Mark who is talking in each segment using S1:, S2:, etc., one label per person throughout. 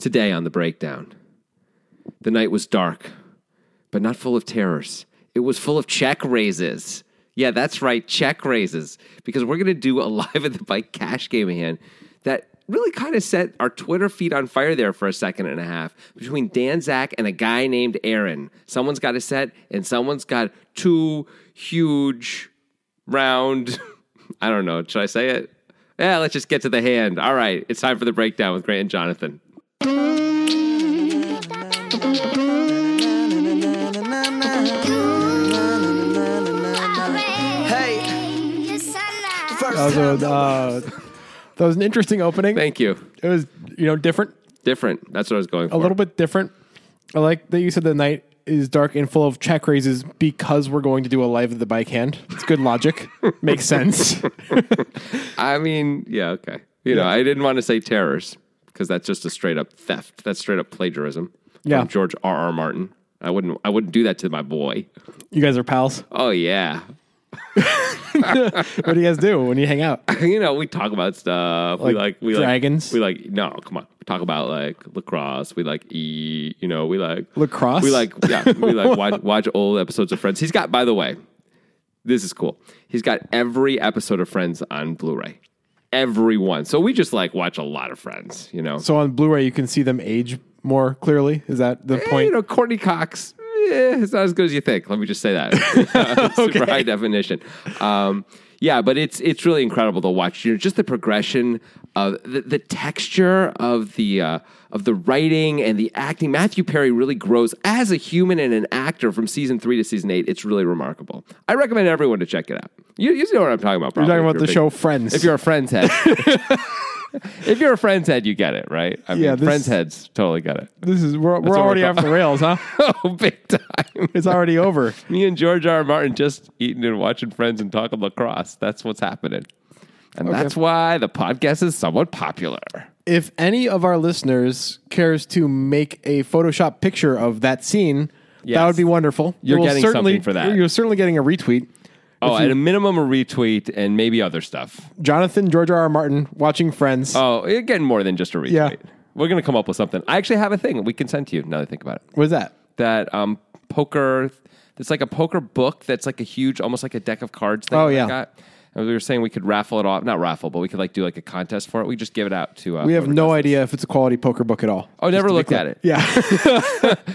S1: Today on the breakdown. The night was dark, but not full of terrors. It was full of check raises. Yeah, that's right, check raises. Because we're going to do a live at the bike cash game hand that really kind of set our Twitter feed on fire there for a second and a half between Dan Zach and a guy named Aaron. Someone's got a set, and someone's got two huge round. I don't know. Should I say it? Yeah, let's just get to the hand. All right, it's time for the breakdown with Grant and Jonathan.
S2: Hey,
S3: That was, a, uh, that was an interesting opening.
S1: Thank you.
S3: It was, you know, different,
S1: Different. That's what I was going for.
S3: a little bit different. I like that you said the night is dark and full of check raises because we're going to do a live at the bike hand. It's good logic. Makes sense.
S1: I mean, yeah, okay. You know, I didn't want to say terrors because that's just a straight up theft. That's straight up plagiarism.
S3: Yeah.
S1: From George R. R. Martin. I wouldn't I wouldn't do that to my boy.
S3: You guys are pals.
S1: Oh yeah.
S3: What do you guys do when you hang out?
S1: You know, we talk about stuff. we
S3: Like
S1: like we
S3: dragons?
S1: Like, we like no, come on. We talk about like lacrosse. We like e you know, we like
S3: Lacrosse?
S1: We like yeah, we like watch watch old episodes of Friends. He's got by the way, this is cool. He's got every episode of Friends on Blu-ray. Every one. So we just like watch a lot of Friends, you know.
S3: So on Blu-ray, you can see them age more clearly. Is that the
S1: Eh,
S3: point?
S1: You know, Courtney Cox. Eh, it's not as good as you think. Let me just say that. Super high definition. Um, yeah, but it's it's really incredible to watch. You know, just the progression of the, the texture of the uh, of the writing and the acting. Matthew Perry really grows as a human and an actor from season three to season eight. It's really remarkable. I recommend everyone to check it out. You, you know what I'm talking about.
S3: You're
S1: Probably,
S3: talking
S1: if
S3: about the
S1: a big-
S3: show Friends.
S1: If you're a Friends head. If you're a friend's head, you get it, right? I mean,
S3: Yeah, this-
S1: friend's heads totally get it.
S3: this is we're, we're
S1: what we're
S3: already
S1: talking-
S3: off the rails, huh?
S1: Oh, big time.
S3: It's already over.
S1: Me and George R. R. Martin just eating and watching Friends and talking lacrosse. That's what's happening. And that's why the podcast is somewhat popular.
S3: If any of our listeners cares to make a Photoshop picture of that scene,
S1: Yes.
S3: that would be wonderful.
S1: You're
S3: You'll
S1: getting
S3: certainly-
S1: something for that.
S3: You're certainly getting a retweet.
S1: Oh, at a minimum, a retweet and maybe other stuff.
S3: Jonathan George R. R. Martin watching Friends.
S1: Oh, again, more than just a retweet.
S3: Yeah.
S1: We're going to come up with something. I actually have a thing we can send to you now that I think about it.
S3: what is that?
S1: That um, poker, it's like a poker book that's like a huge, almost like a deck of cards thing.
S3: Oh,
S1: that I
S3: yeah.
S1: got. And we were saying we could raffle it off. Not raffle, but we could like do like a contest for it. We just give it out to. Uh,
S3: We have
S1: whoever
S3: no
S1: does it.
S3: idea if it's a quality poker book at all.
S1: Oh, never looked at it.
S3: Yeah.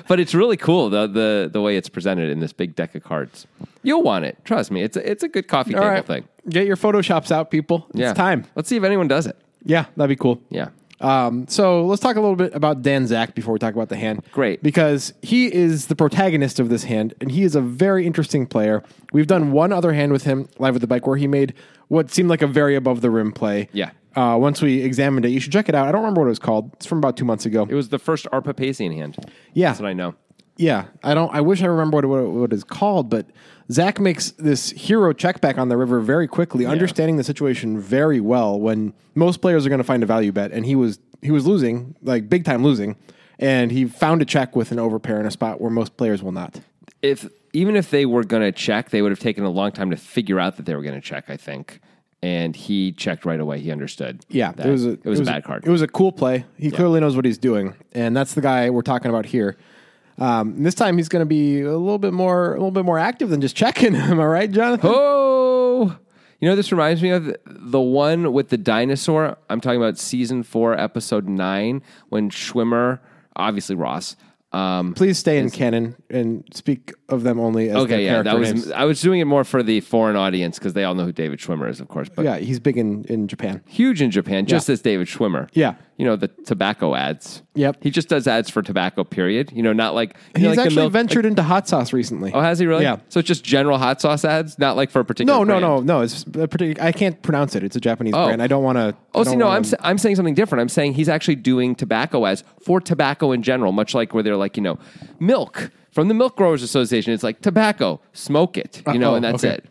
S1: But it's really cool the the the way it's presented in this big deck of cards. You'll want it. Trust me. It's a, it's a good coffee
S3: all
S1: table
S3: right.
S1: thing.
S3: Get your Photoshops out, people.
S1: Yeah.
S3: It's time.
S1: Let's see if anyone does it.
S3: Yeah, that'd be cool.
S1: Yeah.
S3: Um, so let's talk a little bit about Dan Zach before we talk about the hand.
S1: Great.
S3: Because he is the protagonist of this hand, and he is a very interesting player. We've done one other hand with him live with the bike where he made what seemed like a very above the rim play.
S1: Yeah.
S3: Uh, once we examined it, you should check it out. I don't remember what it was called. It's from about two months ago.
S1: It was the first Arpa Pacian hand.
S3: yeah.
S1: That's what I know.
S3: Yeah, I don't. I wish I remember what, what, what it's called, but Zach makes this hero check back on the river very quickly, understanding the situation very well. When most players are going to find a value bet, and he was he was losing like big time losing, and he found a check with an overpair in a spot where most players will not.
S1: If even if they were going to check, they would have taken a long time to figure out that they were going to check, I think. And he checked right away. He understood.
S3: Yeah,
S1: that it was a bad card.
S3: It was a cool play. He clearly knows what he's doing, and that's the guy we're talking about here. Um, and this time he's going to be a little bit more a little bit more active than just checking. Am I right, Jonathan?
S1: Oh, you know, this reminds me of the one with the dinosaur. I'm talking about season four, episode nine, when Schwimmer, obviously Ross. Um,
S3: Please stay in canon and speak of them only as their
S1: okay, yeah,
S3: character
S1: that was.
S3: names.
S1: I was doing it more for the foreign audience because they all know who David Schwimmer is, of course. But
S3: Oh, yeah, he's big in, in Japan.
S1: huge in Japan, just as David Schwimmer.
S3: Yeah.
S1: you know the tobacco ads.
S3: Yep.
S1: he just does ads for tobacco. Period. You know, not like you
S3: He's
S1: know, like the
S3: actually
S1: milk-
S3: ventured into hot sauce recently.
S1: Oh, has he really?
S3: Yeah.
S1: So it's just general hot sauce ads, not like for a particular.
S3: No, no,
S1: brand.
S3: no, no. It's a particular. I can't pronounce it. It's a Japanese
S1: Oh.
S3: brand. I don't want to.
S1: Oh, see, no, I'm, sa- I'm saying something different. I'm saying he's actually doing tobacco ads for tobacco in general, much like where they're like, you know, milk from the Milk Growers Association. It's like tobacco, smoke it, you know,
S3: Uh-oh,
S1: and that's
S3: Oh, okay.
S1: it.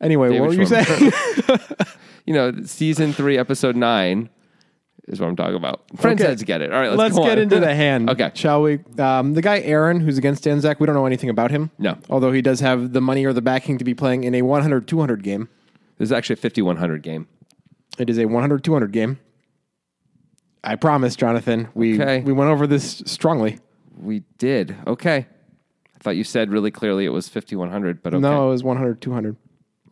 S3: Anyway, what were
S1: David
S3: you
S1: Schwimmer.
S3: saying?
S1: You know, season three, episode nine is what I'm talking about. Friends
S3: Okay.
S1: heads get it. All right, let's,
S3: Let's
S1: go
S3: get
S1: on.
S3: into the hand.
S1: okay.
S3: Shall we? Um, the guy Aaron, who's against Danzak, we don't know anything about him.
S1: No.
S3: Although he does have the money or the backing to be playing in a 100 200 game.
S1: This is actually a 5100 game.
S3: It is a 100 200 game. I promise, Jonathan. We
S1: Okay.
S3: we went over this strongly.
S1: We did. Okay. I thought you said really clearly it was 5100, but okay.
S3: No, it was 100, 200.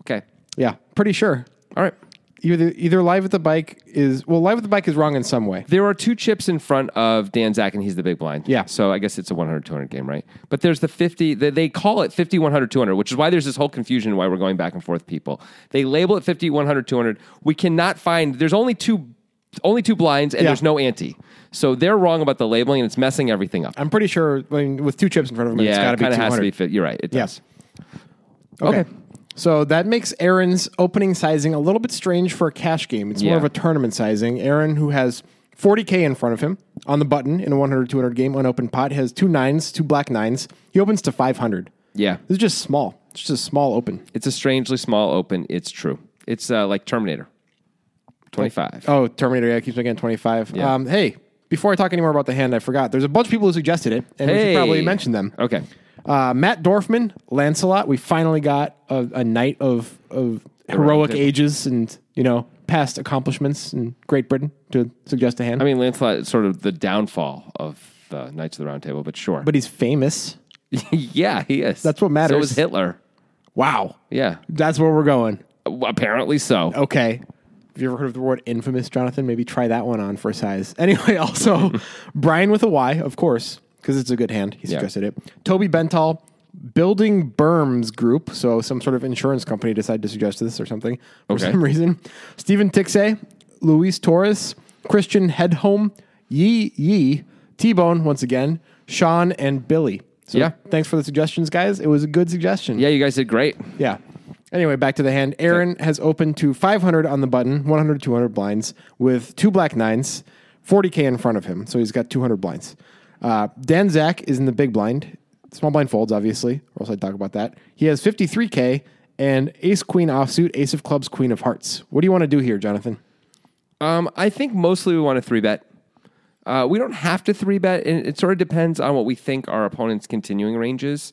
S1: Okay.
S3: Yeah, pretty sure.
S1: All right.
S3: Either either live at the bike is well, live at the bike is wrong in some way.
S1: There are two chips in front of Dan Zach, and he's the big blind.
S3: Yeah.
S1: So I guess it's a 100 200 game, right? But there's the 50, they- they call it 50 100 200, which is why there's this whole confusion why we're going back and forth, people. They label it 50 100 200. We cannot find, there's only two. Only two blinds, and
S3: Yeah.
S1: there's no ante. So they're wrong about the labeling, and it's messing everything up.
S3: I'm pretty sure. I mean, with two chips in front of him, it's
S1: yeah,
S3: got
S1: it
S3: to be
S1: kind of
S3: 200.
S1: has to be fit. You're right. It does.
S3: Yes. Okay.
S1: Okay.
S3: So that makes Aaron's opening sizing a little bit strange for a cash game. It's
S1: Yeah.
S3: more of a tournament sizing. Aaron, who has 40K in front of him on the button in a 100 200 game, unopened pot, has two nines, two black nines. He opens to 500.
S1: Yeah.
S3: This is just small. It's just a small open.
S1: It's a strangely small open. It's true. It's uh, like Terminator 25.
S3: Oh, Terminator, yeah, keeps again 25.
S1: Yeah.
S3: Um, hey, before I talk any more about the hand, I forgot. There's a bunch of people who suggested it, and we
S1: Hey. Oh.
S3: should probably mention them.
S1: Okay.
S3: Uh, Matt Dorfman, Lancelot. We finally got a, a night of of
S1: Heroic.
S3: heroic ages and you know past accomplishments in Great Britain to suggest a hand.
S1: I mean, Lancelot is sort of the downfall of the Knights of the Round Table, but sure.
S3: but he's famous.
S1: yeah, he is.
S3: That's what
S1: So
S3: matters.
S1: is Hitler.
S3: Wow,
S1: Yeah.
S3: that's where we're going.
S1: Well, Apparently so.
S3: Okay. Have you ever heard of the word infamous, Jonathan? Maybe try that one on for size. Anyway, also Brian with a Y, of course, because it's a good hand. He suggested it. Toby Bental, Building Berms Group, so some sort of insurance company decided to suggest this or something for
S1: Okay.
S3: some reason. Stephen Tixay, Luis Torres, Christian Headhome, Yee Yee, T Bone once again, Sean and Billy. So
S1: Yeah.
S3: thanks for the suggestions, guys. It was a good suggestion.
S1: Yeah, you guys did great.
S3: Yeah. Anyway, back to the hand. Aaron has opened to 500 on the button, 100, 200 blinds with two black nines, 40K in front of him. So he's got 200 blinds. Uh, Dan Zach is in the big blind. Small blind folds, obviously, or else I'd talk about that. He has 53K and ace queen offsuit, ace of clubs, queen of hearts. What do you want to do here, Jonathan?
S1: Um, I think mostly we want to three bet. Uh, we don't have to three bet, and it sort of depends on what we think our opponent's continuing range is.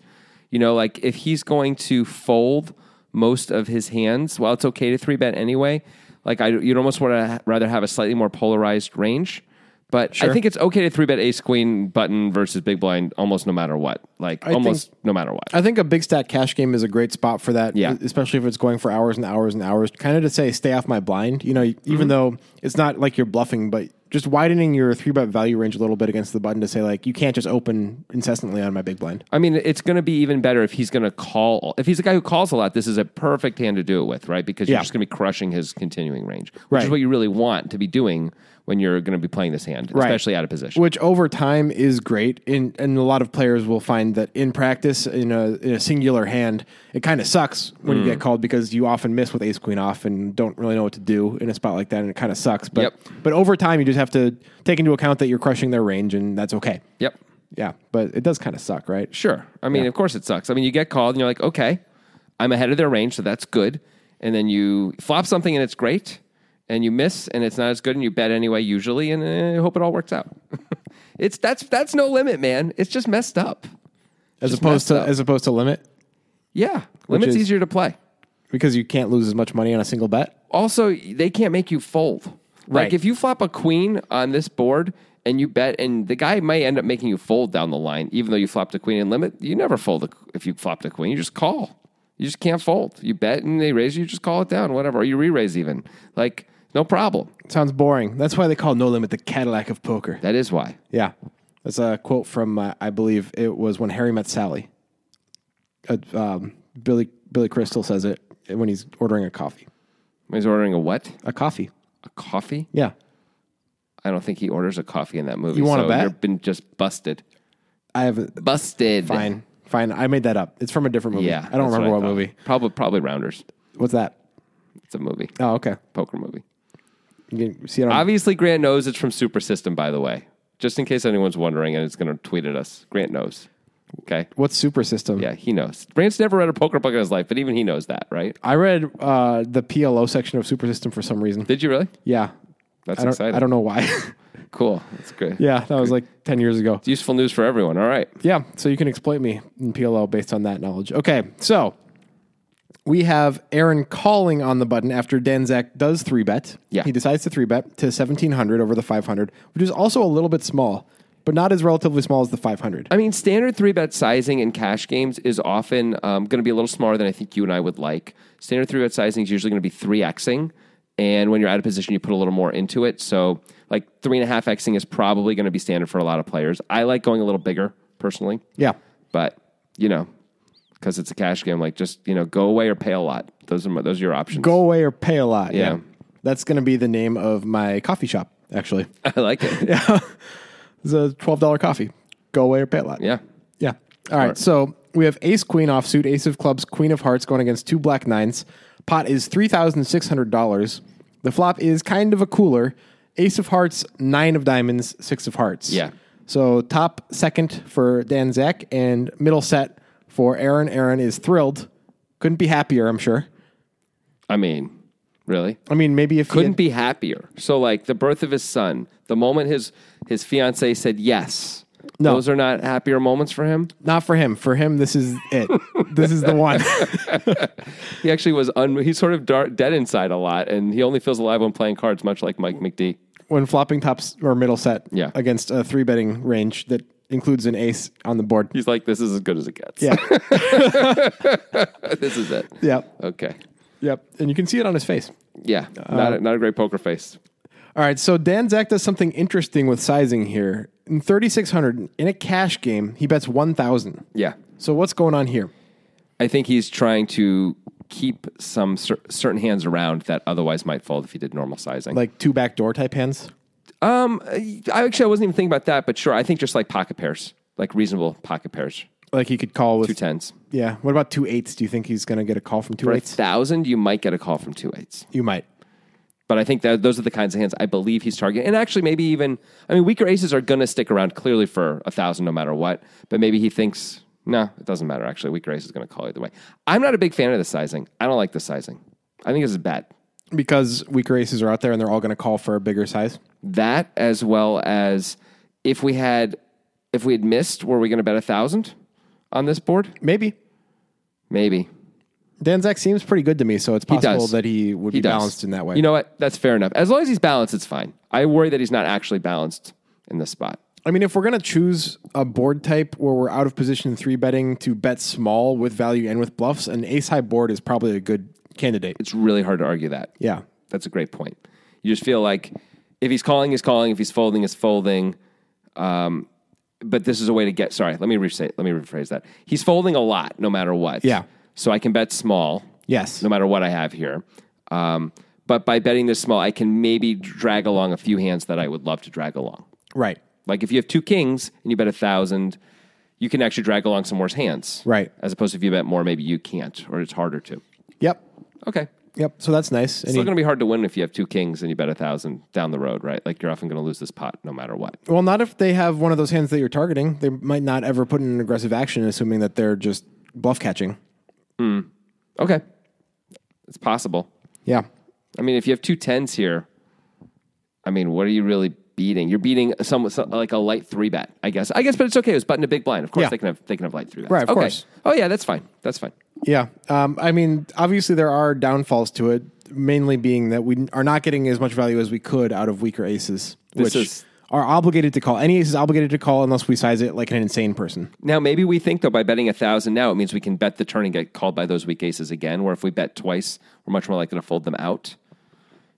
S1: You know, like if he's going to fold most of his hands, well, it's okay to three bet anyway. Like I, you'd almost want to rather have a slightly more polarized range, but I
S3: Sure.
S1: think it's okay to three bet ace queen button versus big blind almost no matter what. Like
S3: think-
S1: almost no matter what.
S3: I think a big stack cash game is a great spot for that.
S1: Yeah.
S3: Especially if it's going for hours and hours and hours. Kind of to say, stay off my blind. You know, even though it's not like you're bluffing, but just widening your three bet value range a little bit against the button to say, like, you can't just open incessantly on my big blind.
S1: I mean, it's going to be even better if he's going to call. If he's a guy who calls a lot, this is a perfect hand to do it with, right? Because you're
S3: Yeah.
S1: just going to be crushing his continuing range, which is
S3: Right.
S1: what you really want to be doing when you're going to be playing this hand, especially out of position.
S3: Which over time is great. In, and a lot of players will find that in practice, in a, in a singular hand, it kind of sucks when
S1: Mm.
S3: you get called because you often miss with ace queen off and don't really know what to do in a spot like that. And it kind of sucks. But,
S1: Yep.
S3: but over time, you just have to take into account that you're crushing their range and that's okay.
S1: Yep.
S3: Yeah, but it does kind of suck, right?
S1: Sure. I mean, of course it sucks. I mean, you get called and you're like, okay, I'm ahead of their range, so that's good. And then you flop something and it's great, and you miss and it's not as good, and you bet anyway usually, and eh, hope it all works out. it's that's that's no limit, man. It's just messed up.
S3: As
S1: Just
S3: opposed to
S1: messed up.
S3: as opposed to limit
S1: yeah, limit's
S3: is-
S1: easier to play.
S3: because you can't lose as much money on a single bet.
S1: also they can't make you fold. Like
S3: Right.
S1: if you flop a queen on this board and you bet, and the guy might end up making you fold down the line, even though you flopped a queen in limit. You never fold a, if you flopped a queen. You just call. You just can't fold. You bet and they raise you. You just call it down, whatever. Or you re-raise even. Like no problem.
S3: sounds boring. That's why they call no limit the Cadillac of poker.
S1: That is why.
S3: Yeah, that's a quote from uh, I believe it was when Harry met Sally. Uh, um, Billy Billy Crystal says it when he's ordering a coffee.
S1: He's ordering a what?
S3: A coffee.
S1: A coffee?
S3: Yeah.
S1: I don't think he orders a coffee in that movie.
S3: You wanna
S1: so
S3: bet?
S1: You've been just busted.
S3: I have a,
S1: Busted.
S3: fine fine. I made that up. It's from a different movie.
S1: Yeah.
S3: I don't
S1: that's
S3: remember what,
S1: I thought.
S3: movie.
S1: Probably probably Rounders.
S3: What's that?
S1: It's a movie.
S3: Oh, okay.
S1: Poker movie.
S3: You can see it on
S1: Obviously, Grant knows it's from Super System, by the way. Just in case anyone's wondering, and it's going to tweet at us. Grant knows. Okay.
S3: what's Super System?
S1: Yeah, he knows. Grant's never read a poker book in his life, but even he knows that, right?
S3: I read uh, the PLO section of Super System for some reason.
S1: Did you really?
S3: Yeah.
S1: That's
S3: I don't,
S1: exciting.
S3: I don't know why.
S1: Cool. That's good.
S3: yeah, that was like 10 years ago.
S1: It's useful news for everyone. All right.
S3: Yeah, so you can exploit me in PLO based on that knowledge. Okay, so we have Aaron calling on the button after Danzak does three bet.
S1: Yeah.
S3: He decides to three bet to 1700 over the 500, which is also a little bit small, but not as relatively small as the 500.
S1: I mean, standard three bet sizing in cash games is often um, going to be a little smaller than I think you and I would like. Standard three bet sizing is usually going to be three xing, and when you're out of position, you put a little more into it. So, like three and a half xing is probably going to be standard for a lot of players. I like going a little bigger personally,
S3: Yeah.
S1: but you know, because it's a cash game, like just you know, go away or pay a lot. Those are my, those are your options.
S3: Go away or pay a lot.
S1: Yeah.
S3: That's going to be the name of my coffee shop, actually.
S1: I like it. Yeah,
S3: It's a $12 coffee. Go away or pay a lot. Yeah. All right. So we have ace queen offsuit, ace of clubs, queen of hearts going against two black nines. Pot is $3,600. The flop is kind of a cooler ace of hearts, nine of diamonds, six of hearts.
S1: Yeah.
S3: So top second for Dan Zach and middle set for Aaron. Aaron is thrilled. Couldn't be happier, I'm sure.
S1: I mean, really.
S3: I mean, maybe if he
S1: couldn't
S3: had-
S1: be happier. So like the birth of his son, the moment his his fiance said yes,
S3: No.
S1: those are not happier moments for him.
S3: not for him. For him, this is it. this is the one.
S1: He actually was un- he's sort of dark, dead inside a lot, and he only feels alive when playing cards, much like Mike McD.
S3: when flopping tops or middle set
S1: Yeah.
S3: against a three betting range that includes an ace on the board.
S1: He's like, this is as good as it gets.
S3: Yeah.
S1: this is it.
S3: Yep.
S1: Okay,
S3: Yep. And you can see it on his face.
S1: yeah, not a, not a great poker face.
S3: All right. So Dan Zach does something interesting with sizing here. In 3,600, in a cash game, he bets 1,000.
S1: Yeah,
S3: So what's going on here?
S1: I think he's trying to keep some cer- certain hands around that otherwise might fold if he did normal sizing.
S3: Like two backdoor type hands?
S1: um, I actually I wasn't even thinking about that, but sure, I think just like pocket pairs, like reasonable pocket pairs,
S3: Like he could call with.
S1: two tens.
S3: yeah. What about two eights? Do you think he's going to get a call from two
S1: For a
S3: eights?
S1: thousand, you might get a call from two eights.
S3: you might.
S1: But I think that those are the kinds of hands I believe he's targeting. And actually, maybe even, I mean, weaker aces are going to stick around clearly for a thousand no matter what. But maybe he thinks, no, it doesn't matter. Actually, weaker ace is going to call either way. I'm not a big fan of the sizing. I don't like the sizing. I think this is bad.
S3: Because weaker aces are out there and they're all going to call for a bigger size.
S1: That as well as if we had, if we had missed, were we going to bet a thousand on this board?
S3: Maybe.
S1: Maybe.
S3: Dan Zach seems pretty good to me, so it's possible
S1: does.
S3: that he would
S1: He
S3: be
S1: does.
S3: balanced in that way.
S1: You know what? That's fair enough. As long as he's balanced, it's fine. I worry that he's not actually balanced in this spot.
S3: I mean, if we're going to choose a board type where we're out of position three betting to bet small with value and with bluffs, an ace high board is probably a good candidate.
S1: It's really hard to argue that.
S3: Yeah.
S1: That's a great point. You just feel like if he's calling, he's calling. If he's folding, he's folding. Um, but this is a way to get. Sorry, let me re- say- let me rephrase that. He's folding a lot, no matter what.
S3: Yeah.
S1: So I can bet small.
S3: Yes.
S1: No matter what I have here. Um, but by betting this small, I can maybe drag along a few hands that I would love to drag along.
S3: Right.
S1: Like if you have two kings and you bet a thousand, you can actually drag along some worse hands.
S3: Right.
S1: As opposed to if you bet more, maybe you can't, or it's harder to.
S3: Yep.
S1: Okay.
S3: Yep. So that's nice. And
S1: It's
S3: he,
S1: still going to be hard to win if you have two kings and you bet a thousand down the road, right? Like you're often going to lose this pot no matter what.
S3: well, not if they have one of those hands that you're targeting. They might not ever put in an aggressive action, assuming that they're just bluff catching.
S1: Okay. It's possible.
S3: Yeah.
S1: I mean, if you have two tens here, I mean, what are you really beating? You're beating some, some like a light three bet, I guess. I guess, but it's okay. It was button a big blind. Of course,
S3: Yeah.
S1: they can have they can have light three bets.
S3: Right, of
S1: okay.
S3: course.
S1: Oh yeah, that's fine. That's fine.
S3: Yeah. Um, I mean, obviously, there are downfalls to it, mainly being that we are not getting as much value as we could out of weaker aces,
S1: This
S3: which
S1: is-
S3: are obligated to call. Any ace is obligated to call unless we size it like an insane person.
S1: Now, maybe we think though by betting a thousand now, it means we can bet the turn and get called by those weak aces again. Where if we bet twice, we're much more likely to fold them out.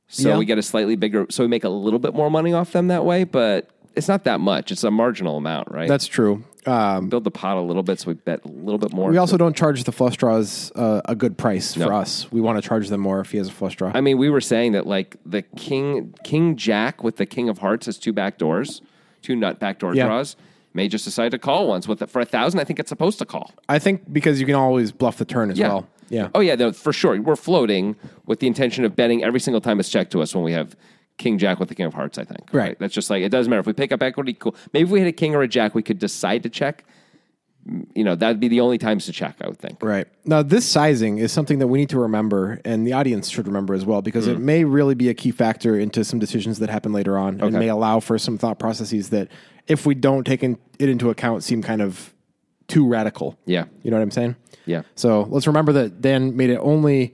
S1: So
S3: Yeah.
S1: we get a slightly bigger. So we make a little bit more money off them that way, but it's not that much. It's a marginal amount, right?
S3: That's true. Um,
S1: Build the pot a little bit, so we bet a little bit more.
S3: we also don't charge the flush draws uh, a good price for
S1: No.
S3: us. We want to charge them more if he has a flush draw.
S1: I mean, we were saying that like the king, king jack with the king of hearts has two back doors, two nut back door
S3: Yeah.
S1: draws. May just decide to call once with it for a thousand. I think it's supposed to call.
S3: I think because you can always bluff the turn as well. Yeah.
S1: Oh yeah, no, for sure. We're floating with the intention of betting every single time it's checked to us when we have King Jack with the King of Hearts. I think.
S3: Right.
S1: That's just like it doesn't matter if we pick up equity. Cool. Maybe if we hit a King or a Jack, we could decide to check. M- You know, that'd be the only times to check. I would think.
S3: Right. Now, this sizing is something that we need to remember, and the audience should remember as well, because
S1: Mm.
S3: it may really be a key factor into some decisions that happen later on and may allow for some thought processes that, if we don't take in, it into account, seem kind of too radical.
S1: Yeah.
S3: You know what I'm saying?
S1: Yeah.
S3: So let's remember that Dan made it only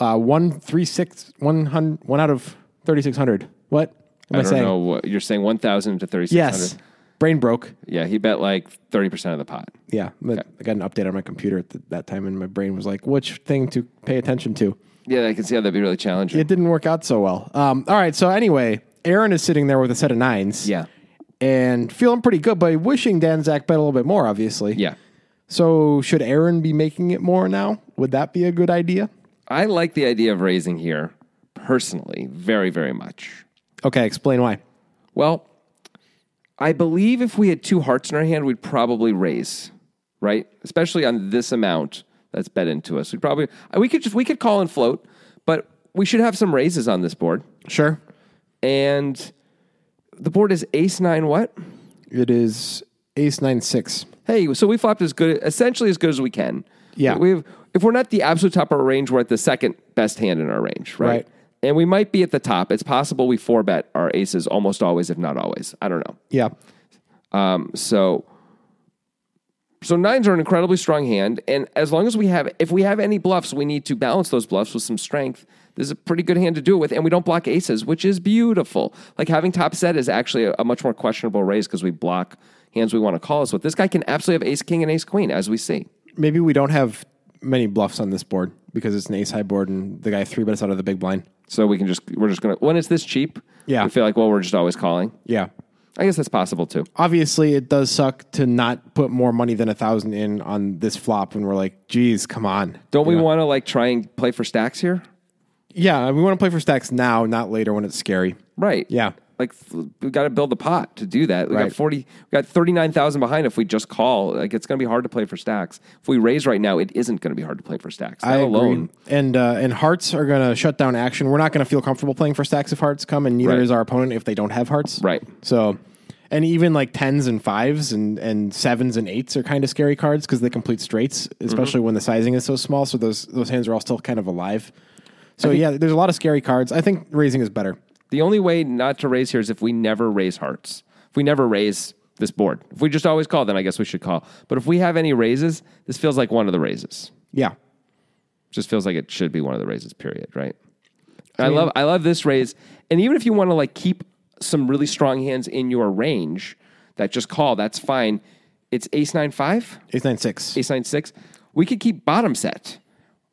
S3: uh, one three six one hun one out of thirty six hundred. What am I,
S1: I don't
S3: saying?
S1: know what you're saying. One thousand to thirty six hundred.
S3: Yes, brain broke.
S1: Yeah, he bet like thirty percent of the pot.
S3: Yeah, but I got an update on my computer at the, that time, and my brain was like, "Which thing to pay attention to?"
S1: Yeah, I can see how that'd be really challenging.
S3: It didn't work out so well. Um, all right, so anyway, Aaron is sitting there with a set of nines.
S1: Yeah.
S3: and feeling pretty good, but wishing Dan Zach bet a little bit more, obviously.
S1: yeah.
S3: So should Aaron be making it more now? Would that be a good idea?
S1: I like the idea of raising here personally very, very much.
S3: Okay, explain why.
S1: Well, I believe if we had two hearts in our hand, we'd probably raise, right? Especially on this amount that's bet into us. We'd probably we could just we could call and float, but we should have some raises on this board.
S3: Sure.
S1: And the board is ace nine what?
S3: It is ace nine six.
S1: hey, so we flopped as good, essentially as good as we can.
S3: Yeah.
S1: We've, if we're not the absolute top of our range, we're at the second best hand in our range, right?
S3: Right.
S1: And we might be at the top. It's possible we four bet our aces almost always, if not always. I don't know.
S3: Yeah.
S1: Um, so, so nines are an incredibly strong hand, and as long as we have, if we have any bluffs, we need to balance those bluffs with some strength. This is a pretty good hand to do it with, and we don't block aces, which is beautiful. Like having top set is actually a, a much more questionable raise because we block hands we want to call us with. This guy can absolutely have ace king and ace queen, as we see.
S3: Maybe we don't have many bluffs on this board because it's an ace high board and the guy three bets out of the big blind.
S1: So we can just we're just gonna when it's this cheap,
S3: Yeah.
S1: we feel like well we're just always calling.
S3: Yeah.
S1: I guess that's possible too.
S3: Obviously, it does suck to not put more money than a thousand in on this flop when we're like, geez, come on.
S1: Don't we want to like try and play for stacks here?
S3: Yeah, we want to play for stacks now, not later when it's scary.
S1: Right.
S3: Yeah.
S1: Like th- we got to build the pot to do that. We
S3: Right.
S1: got 40 we got 39,000 behind if we just call. Like it's going to be hard to play for stacks. If we raise right now, it isn't going to be hard to play for stacks. That
S3: I
S1: alone.
S3: agree. And uh, and hearts are going to shut down action. We're not going to feel comfortable playing for stacks if hearts come, and neither
S1: Right.
S3: is our opponent if they don't have hearts.
S1: Right.
S3: So, and even like tens and fives and and sevens and eights are kind of scary cards because they complete straights,
S1: Mm-hmm.
S3: especially when the sizing is so small. So those those hands are all still kind of alive. So yeah, there's a lot of scary cards. I think raising is better.
S1: The only way not to raise here is if we never raise hearts. If we never raise this board. If we just always call, then I guess we should call. But if we have any raises, this feels like one of the raises.
S3: Yeah.
S1: just feels like it should be one of the raises period right i, love i love this raise and even if you want to like keep some really strong hands in your range that just call that's fine it's ace nine five
S3: Ace nine six.
S1: ace nine six we could keep bottom set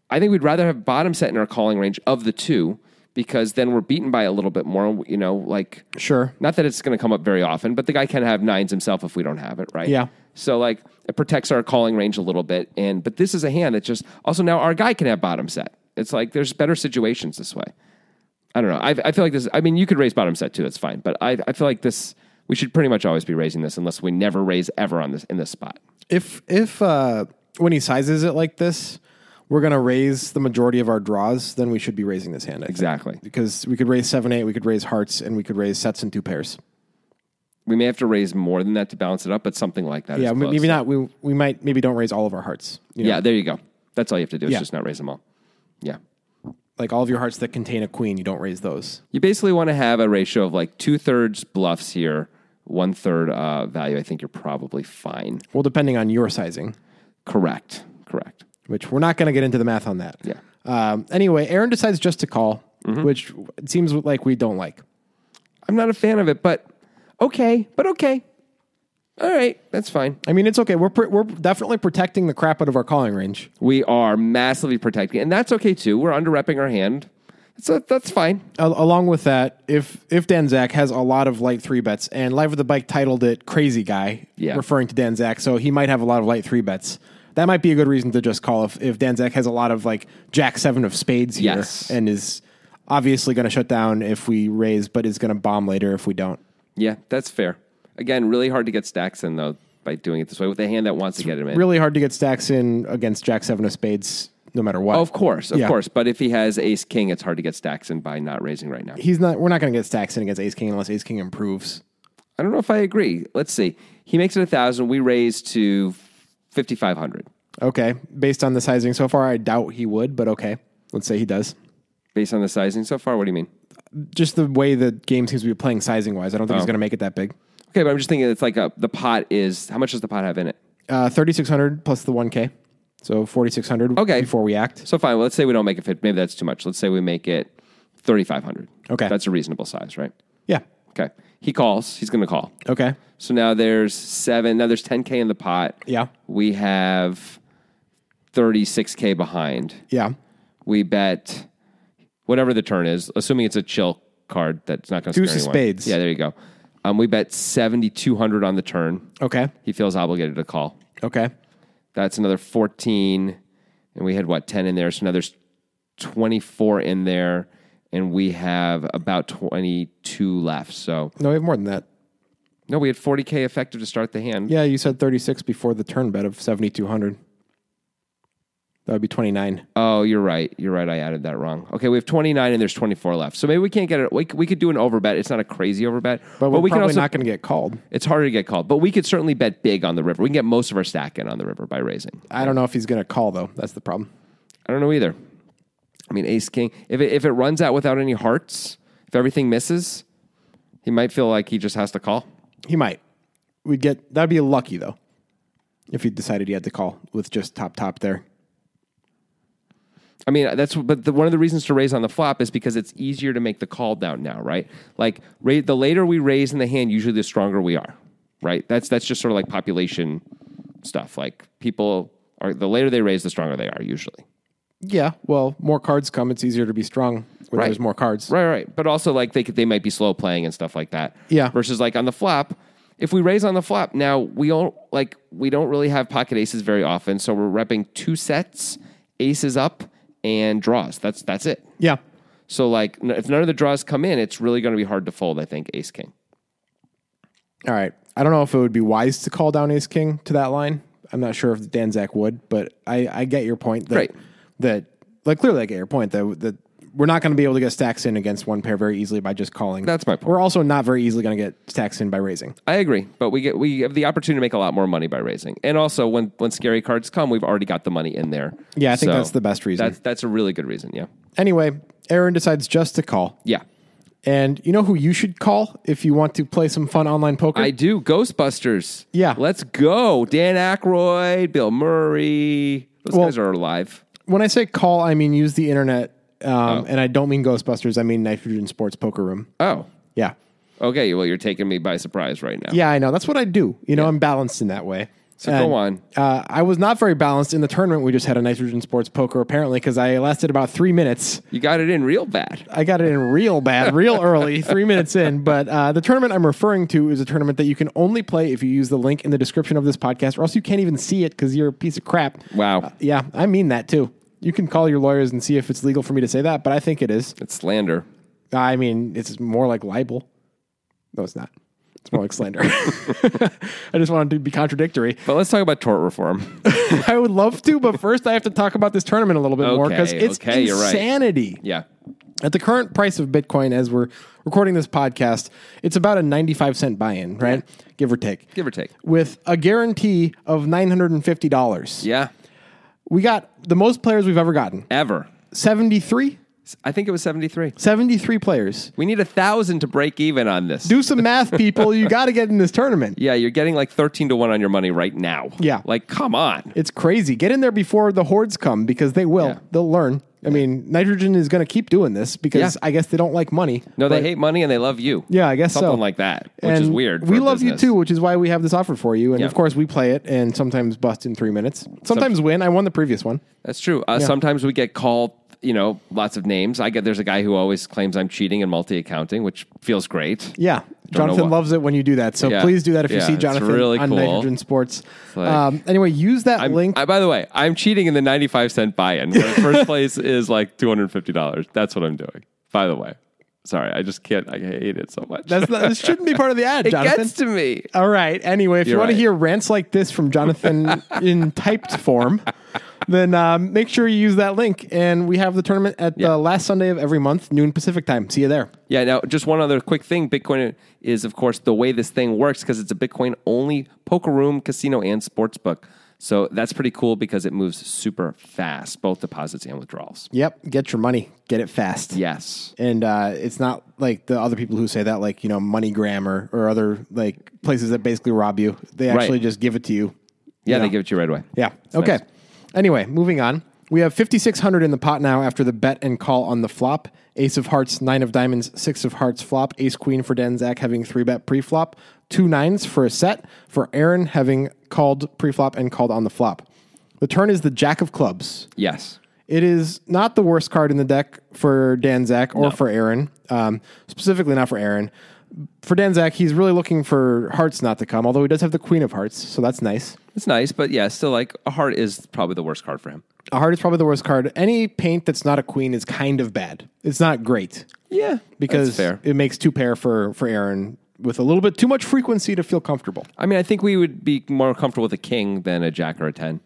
S1: i think we'd rather have bottom set in our calling range of the two because then we're beaten by a little bit more you know like
S3: Sure.
S1: not that it's going to come up very often, but the guy can have nines himself if we don't have it, right?
S3: Yeah.
S1: So like it protects our calling range a little bit, and but this is a hand that just also now our guy can have bottom set. It's like there's better situations this way. I don't know. I, I feel like this. I mean, you could raise bottom set too. It's fine, but I I feel like this. We should pretty much always be raising this unless we never raise ever on this in this spot.
S3: If if uh, when he sizes it like this, we're going to raise the majority of our draws. Then we should be raising this hand. I think.
S1: Exactly.
S3: because we could raise seven eight, we could raise hearts, and we could raise sets and two pairs.
S1: We may have to raise more than that to balance it up, but something like that. is
S3: Yeah, m-
S1: close.
S3: maybe not. We we might maybe don't raise all of our hearts. You know,
S1: Yeah, there you go. That's all you have to do is
S3: Yeah.
S1: just not raise them all. Yeah.
S3: like all of your hearts that contain a queen, you don't raise those.
S1: You basically want to have a ratio of like two thirds bluffs here, one third uh, value. I think you're probably fine.
S3: Well, depending on your sizing,
S1: Correct. Correct.
S3: which we're not going to get into the math on that.
S1: Yeah. Mm-hmm.
S3: Um, anyway, Aaron decides just to call, which it seems like we don't like.
S1: I'm not a fan of it, but okay. But okay. All right. That's fine.
S3: I mean, it's okay. We're pr- we're definitely protecting the crap out of our calling range.
S1: We are massively protecting, and that's okay too. We're under repping our hand. So that's fine.
S3: Al along with that, if if Dan Zach has a lot of light three bets, and Live with the Bike titled it "Crazy Guy,"
S1: Yeah.
S3: referring to Dan Zach, so he might have a lot of light three bets. That might be a good reason to just call if if Dan Zach has a lot of like Jack Seven of Spades here,
S1: Yes.
S3: and is obviously going to shut down if we raise, but is going to bomb later if we don't.
S1: Yeah, that's fair. Again, really hard to get stacks in though by doing it this way with a hand that wants to get him in.
S3: Really hard to get stacks in against Jack Seven of Spades, no matter what.
S1: of course, of
S3: Yeah.
S1: course. But if he has ace king, it's hard to get stacks in by not raising right now.
S3: He's not. We're not going to get stacks in against Ace King unless Ace King improves.
S1: I don't know if I agree. Let's see. He makes it a thousand. We raise to fifty five hundred
S3: Okay, based on the sizing so far, I doubt he would, but okay, let's say he does.
S1: based on the sizing so far. What do you mean?
S3: just the way the game seems to be
S1: Oh.
S3: playing sizing wise, I don't think he's going to make it that big.
S1: uh, Okay, but I'm just thinking it's like a, the pot is how much does the pot have in it?
S3: Uh, 3,600 plus the 1K. So 4,600
S1: Okay.
S3: before we act.
S1: So fine. Well, let's say we don't make it. fit- Maybe that's too much. Let's say we make it thirty five hundred.
S3: Okay.
S1: that's a reasonable size, right?
S3: Yeah.
S1: Okay. He calls. He's going to call.
S3: Okay.
S1: So now there's seven. Now there's ten k in the pot.
S3: Yeah.
S1: We have thirty six k behind.
S3: Yeah.
S1: We bet whatever the turn is, assuming it's a chill card that's not going to
S3: Deuce
S1: scare
S3: of
S1: anyone.
S3: spades.
S1: Yeah, there you go. Um, we bet seventy two hundred on the turn.
S3: Okay.
S1: He feels obligated to call.
S3: Okay.
S1: That's another 14. And we had what, 10 in there? So now there's 24 in there. And we have about 22 left. So,
S3: No, we have more than that.
S1: no, we had 40K effective to start the hand.
S3: Yeah, you said 36 before the turn bet of 7,200. That would be 29.
S1: Oh, you're right. You're right. I added that wrong. Okay, we have 29 and there's 24 left. So maybe we can't get it. We, c- we could do an overbet. It's not a crazy overbet.
S3: But we're
S1: we
S3: probably not going to get called.
S1: it's harder to get called. But we could certainly bet big on the river. We can get most of our stack in on the river by raising.
S3: I don't know if he's going to call, though. That's the problem.
S1: I don't know either. I mean, ace king. If it, if it runs out without any hearts, if everything misses, he might feel like he just has to call.
S3: He might. We'd get that'd be lucky though. If he decided he had to call with just top top there.
S1: I mean, that's but the, one of the reasons to raise on the flop is because it's easier to make the call down now, right? Like ra- the later we raise in the hand, usually the stronger we are, right? That's that's just sort of like population stuff. Like people are the later they raise, the stronger they are usually.
S3: Yeah. Well, more cards come, it's easier to be strong where
S1: Right.
S3: there's more cards.
S1: Right, right. But also like they could, they might be slow playing and stuff like that.
S3: Yeah.
S1: Versus like on the flop, if we raise on the flop, now we don't like we don't really have pocket aces very often, so we're repping two sets, aces up and draws. That's that's it.
S3: Yeah.
S1: So like n- if none of the draws come in, it's really going to be hard to fold. I think ace king.
S3: All right. I don't know if it would be wise to call down Ace King to that line. I'm not sure if Danzak would, but I, I get your point that
S1: Right.
S3: that like clearly I get your point that that we're not going to be able to get stacks in against one pair very easily by just calling.
S1: That's my point.
S3: We're also not very easily going to get stacks in by raising.
S1: I agree, but we get we have the opportunity to make a lot more money by raising, and also when when scary cards come, we've already got the money in there.
S3: Yeah, I think that's the best reason.
S1: That's that's a really good reason. Yeah,
S3: Anyway, Aaron decides just to call.
S1: yeah.
S3: And you know who you should call if you want to play some fun online poker?
S1: I do. Ghostbusters.
S3: Yeah.
S1: Let's go. Dan Aykroyd, Bill Murray. Those
S3: Well-
S1: guys are alive.
S3: when I say call, I mean use the internet. Um, And I don't mean Ghostbusters, I mean Nitrogen Sports Poker Room.
S1: Oh.
S3: Yeah.
S1: Okay. Well, you're taking me by surprise right now.
S3: Yeah, I know. That's what I do. You know, I'm balanced in that way.
S1: So go on.
S3: Uh, I was not very balanced in the tournament we just had a Nitrogen Sports Poker, apparently, because I lasted about three minutes.
S1: You got it in real bad.
S3: I got it in real bad, real early, three minutes in. But uh, the tournament I'm referring to is a tournament that you can only play if you use the link in the description of this podcast, or else you can't even see it because you're a piece of crap.
S1: Wow.
S3: Uh, yeah, I mean that too. You can call your lawyers and see if it's legal for me to say that, but I think it is.
S1: It's slander.
S3: I mean, it's more like libel. No, it's not. It's more like slander. I just wanted to be contradictory.
S1: But let's talk about tort reform.
S3: I would love to, but first I have to talk about this tournament a little bit more because
S1: Okay,
S3: it's
S1: okay, you're right.
S3: insanity.
S1: yeah.
S3: At the current price of Bitcoin, as we're recording this podcast, it's about a 95 cent buy in, right? Give or take.
S1: Give or take.
S3: With a guarantee of $950.
S1: Yeah.
S3: We got the most players we've ever gotten
S1: Ever.
S3: 73?
S1: I think it was 73.
S3: 73 players.
S1: We need a thousand to break even on this.
S3: Do some math, people. You got to get in this tournament.
S1: Yeah, you're getting like 13 to 1 on your money right now.
S3: Yeah.
S1: Like, come on.
S3: It's crazy. Get in there before the hordes come because they will.
S1: Yeah.
S3: They'll learn. I mean, nitrogen is going to keep doing this because
S1: Yeah.
S3: I guess they don't like money.
S1: No,
S3: But-
S1: they hate money and they love you.
S3: Yeah, I guess
S1: Something
S3: so.
S1: like that, which is
S3: And
S1: weird.
S3: We
S1: for a
S3: love
S1: business.
S3: you too, which is why we have this offer for you. And
S1: Yeah.
S3: of course, we play it and sometimes bust in three minutes. Sometimes win. I won the previous one.
S1: That's true. Uh, Sometimes we get called, you know, lots of names. I get there's a guy who always claims I'm cheating and multi accounting, which feels great.
S3: Yeah,
S1: know
S3: Jonathan
S1: what-
S3: loves it when you do that. So
S1: Yeah.
S3: please do that if you
S1: Yeah,
S3: see
S1: it's
S3: Jonathan
S1: really
S3: on
S1: cool.
S3: Nitrogen Sports.
S1: like-
S3: um, anyway, use that link.
S1: I, by the way, I'm cheating in the 95 cent buy in. First place is like $250. That's what I'm doing, by the way. Sorry, I just can't. I hate it so much.
S3: That's not, this shouldn't be part of the ad,
S1: it
S3: Jonathan.
S1: gets to me.
S3: All right. Anyway, if you
S1: You're
S3: want
S1: right.
S3: to hear rants like this from Jonathan in typed form, then um, make sure you use that link. And we have the tournament at the last Sunday of every month, noon Pacific time. See you there.
S1: Yeah, now just one other quick thing. Bitcoin is, of course, the way this thing works because it's a Bitcoin only poker room, casino, and sports book. So that's pretty cool because it moves super fast, both deposits and withdrawals.
S3: Yep. Get your money. Get it fast.
S1: Yes.
S3: And uh, it's not like the other people who say that, like you know, MoneyGram or, or other like places that basically rob you. They actually just give it to you.
S1: Yeah,
S3: No.
S1: they give it to you right away.
S3: Yeah.
S1: It's
S3: okay.
S1: nice.
S3: Anyway, moving on. We have 5,600 in the pot now after the bet and call on the flop. Ace of hearts, nine of diamonds, six of hearts flop. Ace queen for Denzak having three bet pre-flop. Two nines for a set for Aaron having called pre-flop and called on the flop. The turn is the jack of clubs.
S1: Yes.
S3: It is not the worst card in the deck for Dan Zach or for Aaron. Um, specifically, not for Aaron. For Dan Zach, he's really looking for hearts not to come, although he does have the queen of hearts, so that's nice.
S1: It's nice, but yeah, still like a heart is probably the worst card for him.
S3: A heart is probably the worst card. Any paint that's not a queen is kind of bad. It's not great
S1: Yeah.
S3: because
S1: that's fair.
S3: it makes two pair for, for Aaron with a little bit too much frequency to feel comfortable.
S1: I mean, I think we would be more comfortable with a king than a jack or a 10,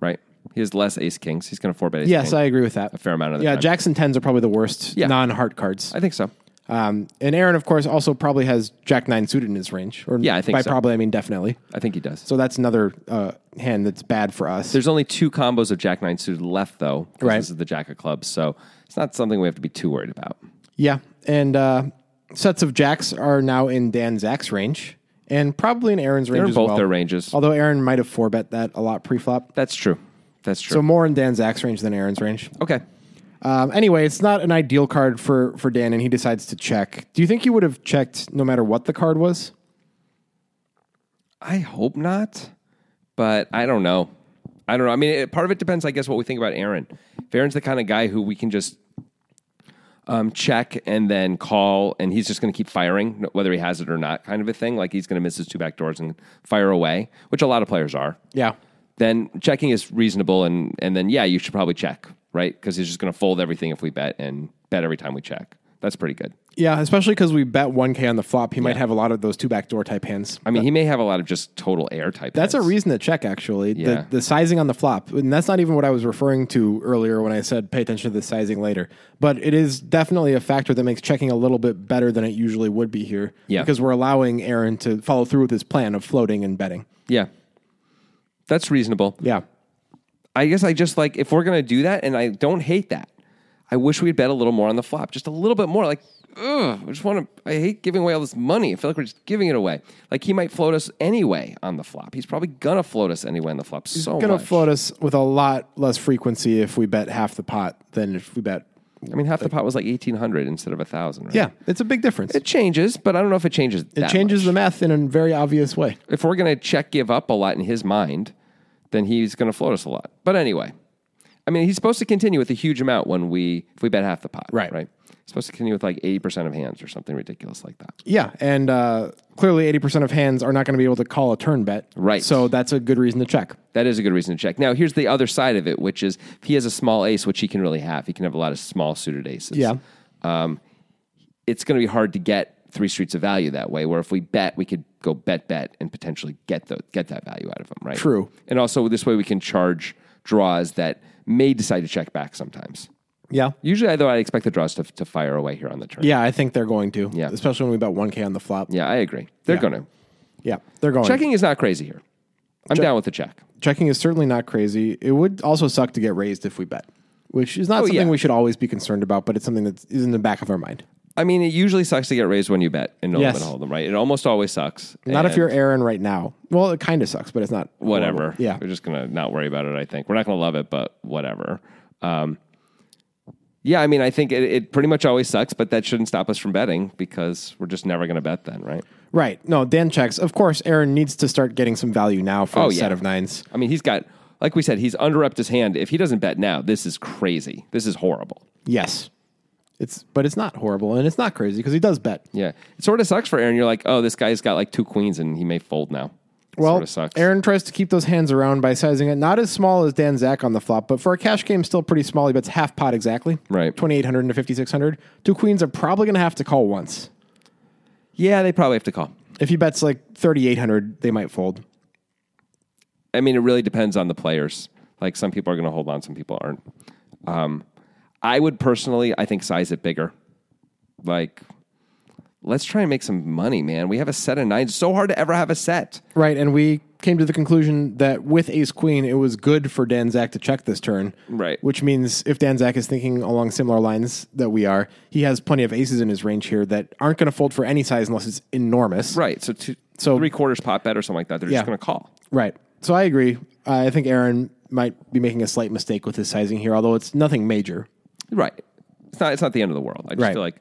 S1: right? He has less ace kings. He's going to four bet ace
S3: Yes,
S1: king.
S3: I agree with that. A
S1: fair amount of the
S3: yeah,
S1: time.
S3: Jackson tens are probably the worst
S1: Yeah.
S3: non-heart cards.
S1: I think so.
S3: Um, and Aaron, of course, also probably has Jack Nine suited in his range. Or
S1: Yeah, I think
S3: by
S1: so.
S3: probably I mean definitely.
S1: I think he does.
S3: So that's another uh, hand that's bad for us.
S1: There's only two combos of Jack Nine suited left, though. 'cause
S3: Right.
S1: This is the Jack of Clubs, so it's not something we have to be too worried about.
S3: yeah, and uh, sets of jacks are now in Dan Zach's range, and probably in Aaron's range
S1: They're in
S3: as
S1: both
S3: well.
S1: their ranges.
S3: Although Aaron might have four bet that a lot pre-flop,
S1: That's true. That's true.
S3: so more in Dan Zach's range than Aaron's range.
S1: okay.
S3: Um, anyway, it's not an ideal card for for Dan, and he decides to check. Do you think he would have checked no matter what the card was?
S1: I hope not, but I don't know. I don't know. I mean, it, part of it depends, I guess, what we think about Aaron. If Aaron's the kind of guy who we can just um, check and then call, and he's just going to keep firing, whether he has it or not, kind of a thing. Like he's going to miss his two back doors and fire away, which a lot of players are.
S3: Yeah,
S1: Then checking is reasonable, and and then yeah, you should probably check, right? Because he's just going to fold everything if we bet and bet every time we check. That's pretty good.
S3: yeah, especially because we bet one k on the flop. He might have a lot of those two backdoor type hands.
S1: I mean, he may have a lot of just total air type.
S3: That's a
S1: hands.
S3: reason to check, actually.
S1: Yeah.
S3: The, the sizing on the flop. And that's not even what I was referring to earlier when I said pay attention to the sizing later. But it is definitely a factor that makes checking a little bit better than it usually would be here.
S1: Yeah.
S3: Because we're allowing Aaron to follow through with his plan of floating and betting.
S1: yeah. That's reasonable.
S3: Yeah.
S1: I guess I just like if we're gonna do that, and I don't hate that. I wish we'd bet a little more on the flop, just a little bit more. Like, ugh, I just want to. I hate giving away all this money. I feel like we're just giving it away. Like he might float us anyway on the flop. He's probably gonna float us anyway on the flop. so
S3: Going to
S1: much.
S3: float us with a lot less frequency if we bet half the pot than if we bet.
S1: I mean, half the pot was like eighteen hundred instead of a thousand. Right?
S3: Yeah. It's a big difference.
S1: it changes, but I don't know if it changes.
S3: it changes the math in a very obvious way.
S1: If we're gonna check give up a lot in his mind, then he's gonna float us a lot. But anyway, I mean, he's supposed to continue with a huge amount when we if we bet half the pot.
S3: Right.
S1: Right. He's supposed to continue with like eighty percent of hands or something ridiculous like that.
S3: Yeah, and uh, clearly 80% of hands are not going to be able to call a turn bet.
S1: Right.
S3: So that's a good reason to check.
S1: That is a good reason to check. Now, here's the other side of it, which is if he has a small ace, which he can really have, he can have a lot of small suited aces.
S3: Yeah.
S1: Um, it's going to be hard to get three streets of value that way, where if we bet, we could go bet, bet, and potentially get, the, get that value out of him, right?
S3: True.
S1: And also, this way, we can charge draws that may decide to check back sometimes.
S3: Yeah.
S1: Usually, though, I expect the draws to, to fire away here on the turn.
S3: Yeah, I think they're going to.
S1: Yeah.
S3: Especially when we bet 1K on the flop. Yeah,
S1: Yeah, I agree. They're going to.
S3: they're going.
S1: Checking is not crazy here. I'm down with the check.
S3: Checking is certainly not crazy. It would also suck to get raised if we bet, which is not something
S1: Oh, yeah.
S3: we should always be concerned about, but it's something that is in the back of our mind.
S1: I mean, it usually sucks to get raised when you bet and no
S3: Yes.
S1: limit hold them, right? It almost always sucks.
S3: Not if
S1: And
S3: you're Aaron right now. Well, it kind of sucks, but it's not.
S1: whatever.
S3: horrible. Yeah.
S1: we're just gonna not worry about it. I think we're not gonna love it, but whatever. Um, yeah, I mean, I think it, it pretty much always sucks, but that shouldn't stop us from betting because we're just never gonna bet then, right?
S3: Right. No, Dan checks. Of course, Aaron needs to start getting some value now for
S1: Oh,
S3: a
S1: yeah.
S3: set of nines.
S1: I mean, he's got, like we said, he's under upped his hand. If he doesn't bet now, this is crazy. This is horrible.
S3: Yes. It's but it's not horrible and it's not crazy because he does bet.
S1: Yeah, it sort of sucks for Aaron. You're like, oh, this guy's got like two queens and he may fold now.
S3: Well,
S1: sort of sucks.
S3: Aaron tries to keep those hands around by sizing it not as small as Dan Zach on the flop, but for a cash game, still pretty small. He bets half pot exactly.
S1: Right.
S3: 2,800 to 5,600. Two queens are probably going to have to call once.
S1: yeah, they probably have to call.
S3: If he bets like 3,800, they might fold.
S1: I mean, it really depends on the players. Like some people are going to hold on, some people aren't. Um, I would personally, I think, size it bigger. Like, let's try and make some money, man. We have a set of nine. It's so hard to ever have a set.
S3: Right. And we came to the conclusion that with ace queen, it was good for Dan Zach to check this turn.
S1: Right.
S3: Which means if Dan Zach is thinking along similar lines that we are, he has plenty of aces in his range here that aren't going to fold for any size unless it's enormous.
S1: Right. So, two,
S3: So-
S1: three quarters pot bet or something like that. They're
S3: Yeah.
S1: just going to call.
S3: Right. So I agree. I think Aaron might be making a slight mistake with his sizing here, although it's nothing major.
S1: Right. It's not. It's not the end of the world. I just
S3: Right.
S1: feel like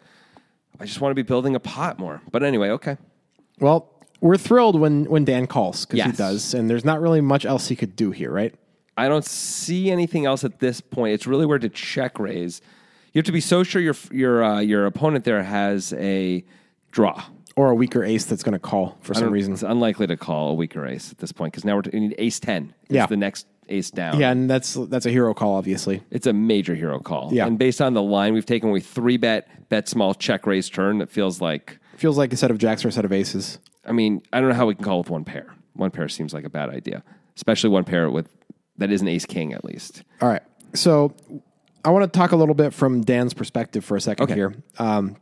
S1: I just want to be building a pot more. But anyway, okay.
S3: Well, we're thrilled when when Dan calls because he
S1: Yes.
S3: does, and there's not really much else he could do here, right?
S1: I don't see anything else at this point. It's really where to check raise. You have to be so sure your your uh, your opponent there has a draw.
S3: Or a weaker ace that's going to call for some reason.
S1: It's unlikely to call a weaker ace at this point because now we're t- we need ace ten. It's
S3: Yeah.
S1: the next ace down.
S3: Yeah, and that's that's a hero call, obviously.
S1: It's a major hero call.
S3: Yeah.
S1: And based on the line we've taken, we three bet, bet small, check raise turn. It feels like,
S3: Feels like a set of jacks or a set of aces.
S1: I mean, I don't know how we can call with one pair. One pair seems like a bad idea, especially one pair with that is an ace king at least.
S3: All right. So I want to talk a little bit from Dan's perspective for a second
S1: Okay.
S3: here. Um,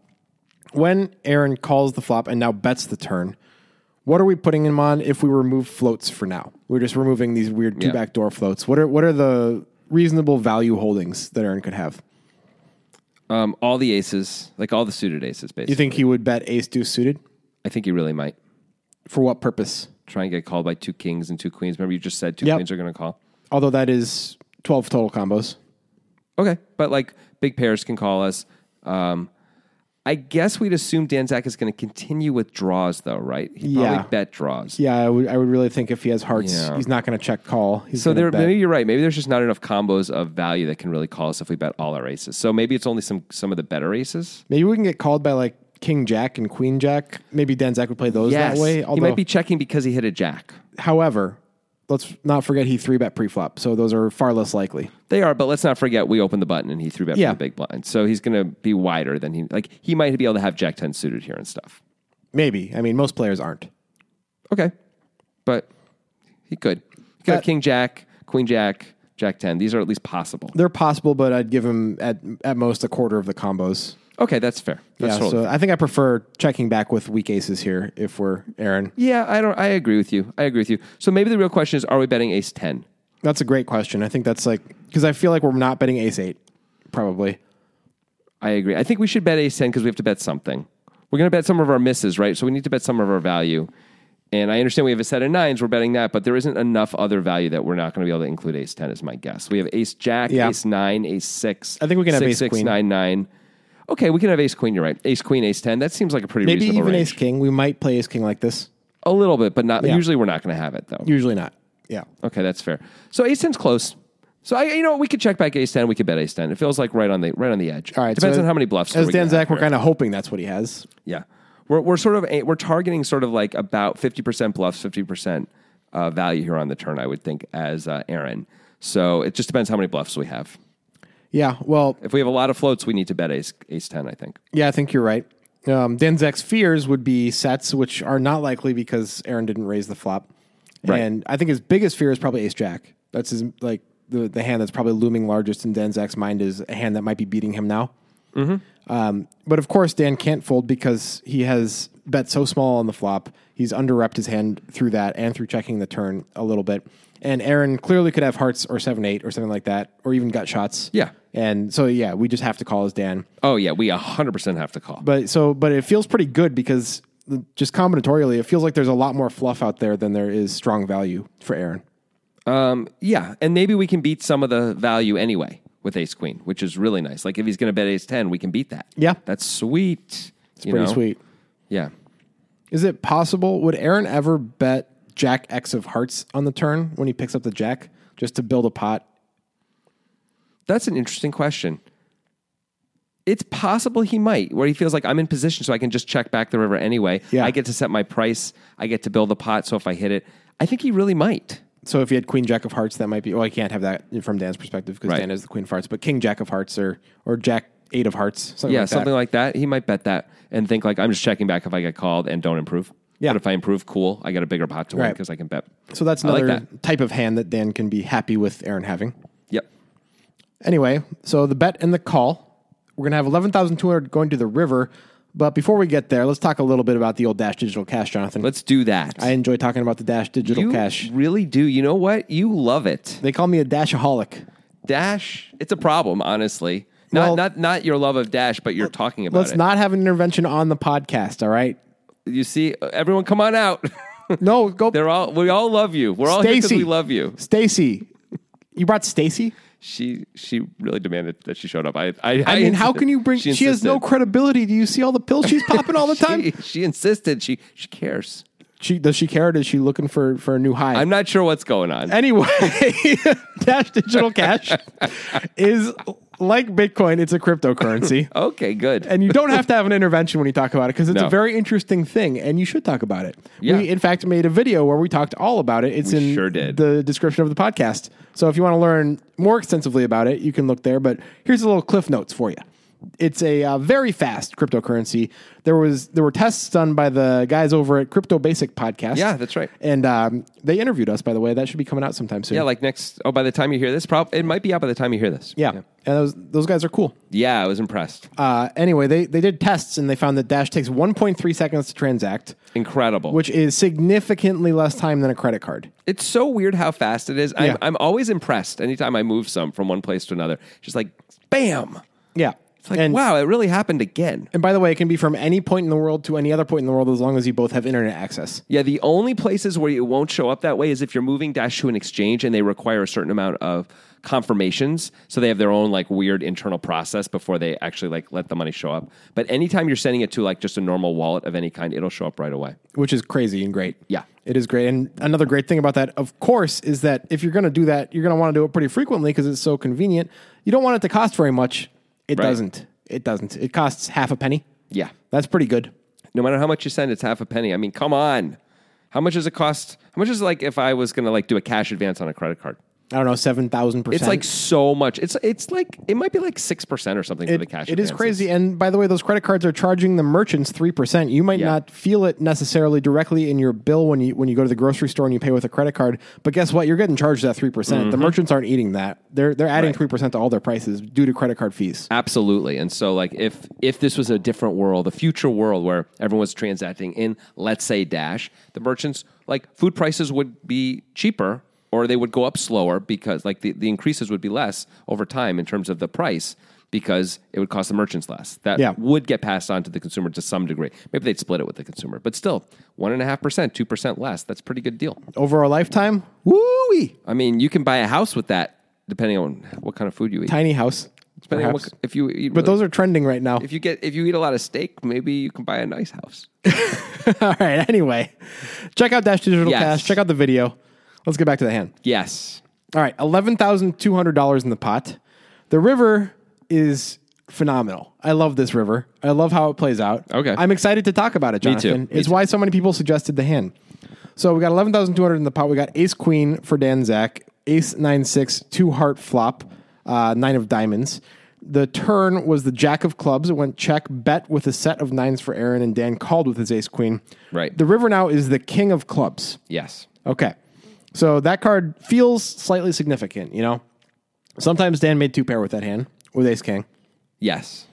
S3: when Aaron calls the flop and now bets the turn, what are we putting him on if we remove floats for now? We're just removing these weird two
S1: Yeah.
S3: backdoor floats. What are what are the reasonable value holdings that Aaron could have?
S1: Um, all the aces, like all the suited aces, basically.
S3: You think he would bet ace deuce suited?
S1: I think you really might
S3: For what purpose?
S1: try and get called by two kings and two queens. Remember, you just said two
S3: Yep.
S1: queens are going to call.
S3: Although that is 12 total combos.
S1: Okay, but like big pairs can call us. Um, I guess we'd assume Danzak is going to continue with draws, though, right? He
S3: Yeah.
S1: probably bet draws.
S3: Yeah, I would, I would really think if he has hearts,
S1: Yeah.
S3: he's not going to check call. He's
S1: So
S3: gonna
S1: there,
S3: bet.
S1: maybe you're right. Maybe there's just not enough combos of value that can really call us if we bet all our aces. So maybe it's only some some of the better aces.
S3: Maybe we can get called by like King Jack and Queen Jack. Maybe Dan Zach would play those that way.
S1: he
S3: Although,
S1: might be checking because he hit a jack.
S3: however, let's not forget he three bet preflop, so those are far less likely.
S1: They are, but let's not forget we opened the button and he threw back
S3: Yeah.
S1: from the big blind. So he's going to be wider than he like. He might be able to have jack ten suited here and stuff.
S3: Maybe I mean most players aren't.
S1: Okay, but he could. He could have
S3: But-
S1: king jack, queen jack, jack ten. These are at least possible.
S3: They're possible, but I'd give him at at most a quarter of the combos.
S1: Okay, that's fair. That's
S3: yeah,
S1: totally
S3: so I think I prefer checking back with weak aces here if we're Aaron.
S1: Yeah, I don't. I agree with you. I agree with you. So maybe the real question is: Are we betting ace ten?
S3: That's a great question. I think that's like because I feel like we're not betting ace eight, probably.
S1: I agree. I think we should bet ace ten because we have to bet something. We're going to bet some of our misses, right? So we need to bet some of our value. And I understand we have a set of nines. We're betting that, but there isn't enough other value that we're not going to be able to include ace ten. Is my guess. We have ace jack,
S3: Yeah.
S1: ace nine, ace six.
S3: I think we can have
S1: six,
S3: ace
S1: six,
S3: queen.
S1: nine, nine. Okay, we can have ace queen. You're right. Ace queen, ace ten. That seems like a pretty
S3: Maybe
S1: reasonable
S3: even
S1: range.
S3: ace king. We might play ace king like this.
S1: a little bit, but not.
S3: Yeah.
S1: Usually, we're not going to have it though.
S3: Usually not. Yeah.
S1: Okay, that's fair. So ace ten's close. So I, you know, what, we could check back ace ten. We could bet ace ten. It feels like right on the right on the edge.
S3: All right.
S1: depends
S3: so
S1: on how many bluffs.
S3: As
S1: we're gonna
S3: Dan Zach,
S1: have
S3: we're
S1: here.
S3: kind of hoping that's what he has.
S1: yeah, we're we're sort of a, we're targeting sort of like about fifty percent bluffs, fifty percent uh, value here on the turn. I would think as uh, Aaron. So it just depends how many bluffs we have.
S3: Yeah, well,
S1: If we have a lot of floats, we need to bet ace ace ten. I think.
S3: yeah, I think you're right. Um, Danzak's fears would be sets, which are not likely because Aaron didn't raise the flop.
S1: Right.
S3: And I think his biggest fear is probably Ace Jack. That's his like the, the hand that's probably looming largest in Danzak's mind is a hand that might be beating him now.
S1: Mm-hmm.
S3: Um, but of course, Dan can't fold because he has bet so small on the flop. He's underrepped his hand through that and through checking the turn a little bit. And Aaron clearly could have hearts or seven eight or something like that, or even gut shots.
S1: Yeah.
S3: And so yeah, we just have to call as Dan.
S1: Oh yeah, we hundred percent have to call.
S3: But so, but it feels pretty good because the- just combinatorially, it feels like there's a lot more fluff out there than there is strong value for Aaron.
S1: Um, yeah, and maybe we can beat some of the value anyway with ace queen, which is really nice. Like if he's going to bet ace ten, we can beat that.
S3: Yeah.
S1: that's sweet. It's
S3: Pretty sweet.
S1: Yeah,
S3: Is it possible? Would Aaron ever bet Jack X of Hearts on the turn when he picks up the Jack just to build a pot?
S1: that's an interesting question. It's possible he might, where he feels like I'm in position, so I can just check back the river anyway.
S3: Yeah.
S1: I get to set my price. I get to build the pot. So if I hit it, I think he really might.
S3: So if he had Queen Jack of Hearts, that might be. Well, I can't have that from Dan's perspective because
S1: Right.
S3: Dan is the Queen of Hearts, but King Jack of Hearts or or Jack Eight of Hearts, something
S1: Yeah,
S3: like
S1: something
S3: that.
S1: like that. He might bet that and think like I'm just checking back if I get called and don't improve.
S3: Yeah.
S1: but if I improve, cool. I got a bigger pot to win
S3: Right.
S1: because I can bet.
S3: so that's
S1: I like
S3: another
S1: that.
S3: type of hand that Dan can be happy with Aaron having.
S1: Yep.
S3: Anyway, so the bet and the call. We're going to have 11,200 going to the river. But before we get there, let's talk a little bit about the old Dash Digital Cash, Jonathan.
S1: Let's do that.
S3: I enjoy talking about the Dash Digital
S1: you
S3: Cash.
S1: really do. You know what? You love it.
S3: They call me a Dashaholic.
S1: Dash. It's a problem, honly. Not
S3: Well-
S1: not not your love of Dash, but you're talking about
S3: Let's
S1: it.
S3: not have an intervention on the podcast, all right?
S1: you see, everyone, come on out.
S3: No, go.
S1: They're all we all love you. We're all here 'cause we
S3: Stacy.
S1: love you.
S3: Stacy. You brought Stacy?
S1: She she really demanded that she showed up. I I,
S3: I mean, how can you bring. She, has no
S1: insisted.
S3: credibility. Do you see all the pills she's popping all the time?
S1: She, she insisted. She she cares.
S3: She does she care? Or is she looking for for a new high?
S1: I'm not sure what's going on.
S3: anyway, Dash Digital Cash is like Bitcoin. It's a cryptocurrency,
S1: Okay, good.
S3: and you don't have to have an intervention when you talk about it because it's
S1: No.
S3: a very interesting thing, and you should talk about it.
S1: Yeah.
S3: We in fact made a video where we talked all about it. It's
S1: We
S3: in
S1: sure did.
S3: the description of the podcast. So if you want to learn more extensively about it, you can look there. But here's a little cliff notes for you. It's a uh, very fast cryptocurrency. There was there were tests done by the guys over at Crypto Basic Podcast.
S1: Yeah, that's right.
S3: And um, they interviewed us, by the way. That should be coming out sometime soon.
S1: yeah, like next. Oh, by the time you hear this, prob it might be out by the time you hear this.
S3: Yeah. And those, those guys are cool.
S1: yeah. I was impressed.
S3: Uh, anyway, they, they did tests and they found that Dash takes 1.3 seconds to transact,
S1: Incredible.
S3: which is significantly less time than a credit card.
S1: It's so weird how fast it is. I'm,
S3: Yeah.
S1: I'm always impressed anytime I move some from one place to another. Just like, bam.
S3: Yeah.
S1: It's like,
S3: and,
S1: wow, it really happened again.
S3: And by the way, it can be from any point in the world to any other point in the world as long as you both have internet access.
S1: Yeah, the only places where it won't show up that way is if you're moving Dash to an exchange and they require a certain amount of confirmations. So they have their own like weird internal process before they actually like let the money show up. But anytime you're sending it to like just a normal wallet of any kind, it'll show up right away.
S3: which is crazy and great.
S1: Yeah.
S3: It is great. And another great thing about that, of course, is that if you're going to do that, you're going to want to do it pretty frequently because it's so convenient. You don't want it to cost very much. It
S1: Right.
S3: doesn't. It doesn't. It costs half a penny.
S1: Yeah.
S3: That's pretty good.
S1: No matter how much you send, it's half a penny. I mean, come on. How much does it cost? How much is it like if I was going to like do a cash advance on a credit card?
S3: I don't know, 7,000%.
S1: It's like so much. It's it's like it might be like six percent or something for the cash.
S3: It is
S1: advances.
S3: crazy. And by the way, those credit cards are charging the merchants 3%. You might
S1: Yeah.
S3: not feel it necessarily directly in your bill when you when you go to the grocery store and you pay with a credit card, but guess what? You're getting charged that 3%. The
S1: Mm-hmm.
S3: merchants aren't eating that. They're they're adding 3% to all their prices due to credit card fees.
S1: Absolutely. And so like if if this was a different world, a future world where everyone was transacting in let's say Dash, the merchants like food prices would be cheaper or they would go up slower because like the, the increases would be less over time in terms of the price because it would cost the merchants less. That
S3: Yeah.
S1: would get passed on to the consumer to some degree. Maybe they'd split it with the consumer, but still one and a half percent, two percent less. That's a pretty good deal.
S3: Over our lifetime, woo
S1: I mean, you can buy a house with that depending on what kind of food you eat.
S3: tiny house.
S1: depending on
S3: perhaps.
S1: what, if you eat
S3: but those are trending right now.
S1: if you get if you eat a lot of steak, maybe you can buy a nice house.
S3: All right. Anyway, check out Dash Digital
S1: Yes.
S3: Cash. Check out the video. Let's get back to the hand.
S1: Yes.
S3: All right, eleven thousand two hundred dollars in the pot. The river is phenomenal. I love this river. I love how it plays out.
S1: Okay.
S3: I'm excited to talk about it,
S1: too.
S3: Jonathan.
S1: Me
S3: It's why so many people suggested the hand. So we got eleven thousand two hundred in the pot. We got Ace Queen for Dan Zach, Ace nine six two heart flop, uh, nine of diamonds. The turn was the Jack of clubs. It went check bet with a set of nines for Aaron, and Dan called with his Ace Queen.
S1: Right.
S3: The river now is the King of clubs.
S1: Yes.
S3: Okay. So that card feels slightly significant, you know? Sometimes Dan made two pair with that hand, with ace king.
S1: Yes.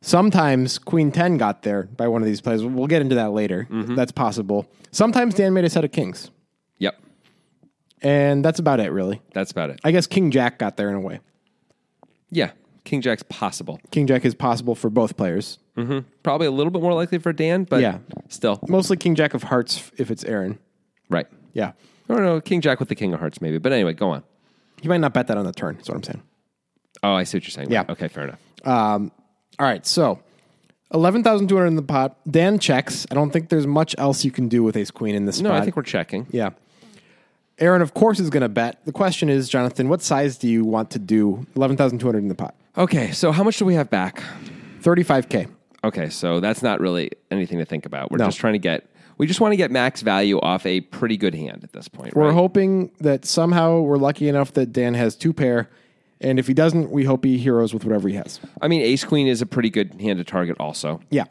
S3: Sometimes queen 10 got there by one of these plays. We'll get into that later.
S1: Mm-hmm.
S3: That's possible. Sometimes Dan made a set of kings.
S1: Yep.
S3: And that's about it, really.
S1: That's about it.
S3: I guess king jack got there in a way.
S1: yeah. King Jack's possible.
S3: King jack is possible for both players.
S1: Probably a little bit more likely for Dan, but
S3: Yeah.
S1: still.
S3: Mostly king jack of hearts f- if it's Aaron.
S1: Right.
S3: Yeah.
S1: Or no, King Jack with the King of Hearts, maybe. But anyway, go on.
S3: He might not bet that on the turn, That's what I'm saying.
S1: Oh, I see what you're saying.
S3: Yeah.
S1: Okay, fair enough.
S3: All right, so eleven thousand two hundred in the pot. Dan checks. I don't think there's much else you can do with Ace Queen in this
S1: No,
S3: spot.
S1: I think we're checking.
S3: yeah. Aaron, of course, is going to bet. The question is, Jonathan, what size do you want to do? Eleven thousand two hundred in the pot.
S1: Okay, so how much do we have back?
S3: Thirty-five k.
S1: Okay, so that's not really anything to think about. We're
S3: No.
S1: just trying to get we just want to get max value off a pretty good hand at this point.
S3: We're
S1: right?
S3: hoping that somehow we're lucky enough that Dan has two pair, and if he doesn't, we hope he heroes with whatever he has.
S1: I mean, Ace Queen is a pretty good hand to target, also.
S3: Yeah.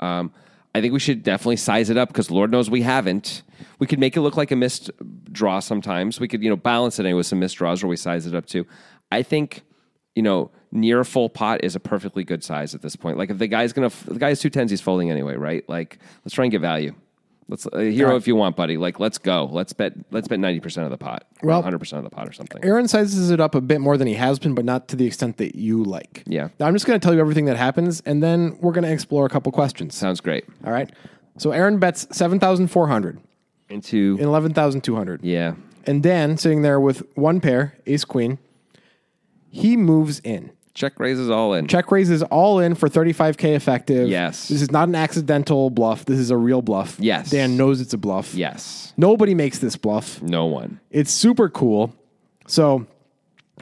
S1: Um, I think we should definitely size it up because Lord knows we haven't. We could make it look like a missed draw sometimes. We could, you know, balance it with some missed draws where we size it up too. I think, you know, near full pot is a perfectly good size at this point. Like if the guy's gonna, if the guy's two tens, he's folding anyway, right? Like let's try and get value. Let's uh, hero if you want, buddy. Like let's go. Let's bet. Let's bet ninety percent of the pot.
S3: Well- er,
S1: Well, hundred percent of the pot or something.
S3: Aaron sizes it up a bit more than he has been, but not to the extent that you like.
S1: Yeah.
S3: Now, I'm just going to tell you everything that happens, and then we're going to explore a couple questions.
S1: Sounds great.
S3: All right. So Aaron bets 7,400.
S1: Into
S3: eleven thousand two hundred.
S1: yeah,
S3: And Dan sitting there with one pair, ace queen. He moves in.
S1: check raises all in.
S3: Check raises all in for 35K effective.
S1: Yes.
S3: This is not an accidental bluff. This is a real bluff.
S1: Yes.
S3: Dan knows it's a bluff.
S1: Yes,
S3: Nobody makes this bluff.
S1: no one.
S3: It's super cool. So,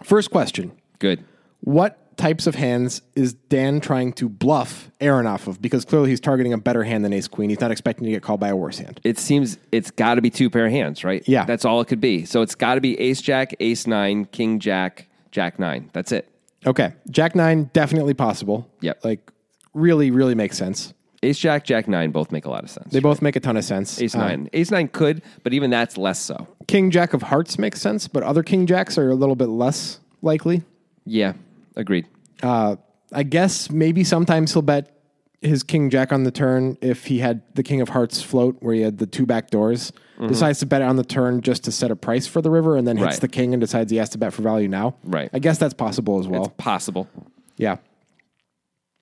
S3: first question
S1: Good.
S3: What types of hands is Dan trying to bluff Aaron off of? Because clearly he's targeting a better hand than ace queen. He's not expecting to get called by a worse hand.
S1: It seems it's got to be two pair of hands, right?
S3: Yeah.
S1: that's all it could be. So it's got to be ace jack, ace nine, king jack, jack nine. That's it.
S3: Okay. Jack nine, definitely possible.
S1: Yep.
S3: Like, really, really makes sense.
S1: Ace jack, jack nine both make a lot of sense.
S3: They both make a ton of sense.
S1: ace
S3: Uh,
S1: nine, ace nine could, but even that's less so.
S3: King Jack of Hearts makes sense, but other King Jacks are a little bit less likely.
S1: Yeah, agreed.
S3: Uh, I guess maybe sometimes he'll bet his King Jack on the turn if he had the King of Hearts float where he had the two back doors. Decides to bet it on the turn just to set a price for the river and then hits
S1: Mm-hmm. Right.
S3: the King and decides he has to bet for value now.
S1: Right.
S3: I guess that's possible as well.
S1: Possible,
S3: yeah.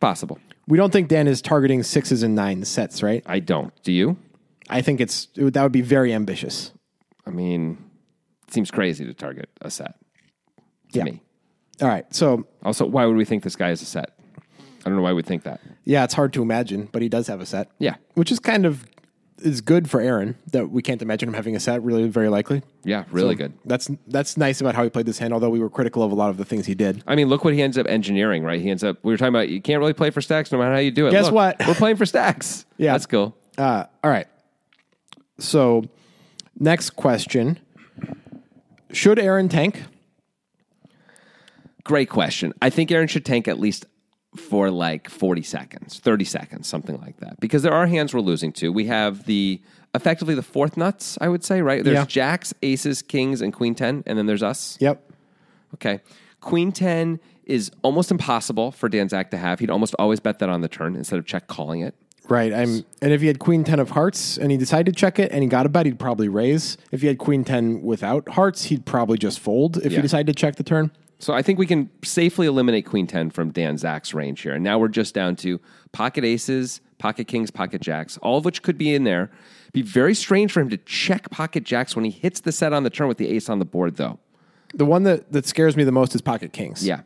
S1: possible.
S3: We don't think Dan is targeting sixes and nines sets, right?
S1: I don't. Do you?
S3: I think it's it would, that would be very ambitious.
S1: I mean, it seems crazy to target a set. To
S3: Yeah.
S1: me.
S3: All right. So,
S1: Also, why would we think this guy is a set? I don't know why we'd think that.
S3: yeah, it's hard to imagine, but he does have a set.
S1: Yeah.
S3: which is kind of is good for Aaron that we can't imagine him having a set. Really, very likely.
S1: Yeah, really good.
S3: That's that's nice about how he played this hand. Although we were critical of a lot of the things he did.
S1: I mean, look what he ends up engineering, right? He ends up, we were talking about you can't really play for stacks no matter how you do it.
S3: Guess
S1: Look,
S3: what?
S1: We're playing for stacks.
S3: Yeah.
S1: That's cool.
S3: Uh, all right. So, next question: Should Aaron tank?
S1: Great question. I think Aaron should tank at least for like 40 seconds, 30 seconds, something like that. Because there are hands we're losing to. We have the effectively the fourth nuts, I would say, right? There's
S3: Yeah.
S1: jacks, aces, kings, and queen 10, and then there's us.
S3: Yep.
S1: Okay. Queen 10 is almost impossible for Dan Zak to have. He'd almost always bet that on the turn instead of check calling it.
S3: Right. I'm. And if he had Queen Ten of Hearts and he decided to check it and he got a bet, he'd probably raise. If he had Queen Ten without Hearts, he'd probably just fold. If
S1: Yeah.
S3: he decided to check the turn.
S1: So I think we can safely eliminate Queen 10 from Dan Zak's range here. And now we're just down to pocket aces, pocket kings, pocket jacks, all of which could be in there. Be very strange for him to check pocket jacks when he hits the set on the turn with the ace on the board, though.
S3: The one that that scares me the most is Pocket Kings.
S1: Yeah,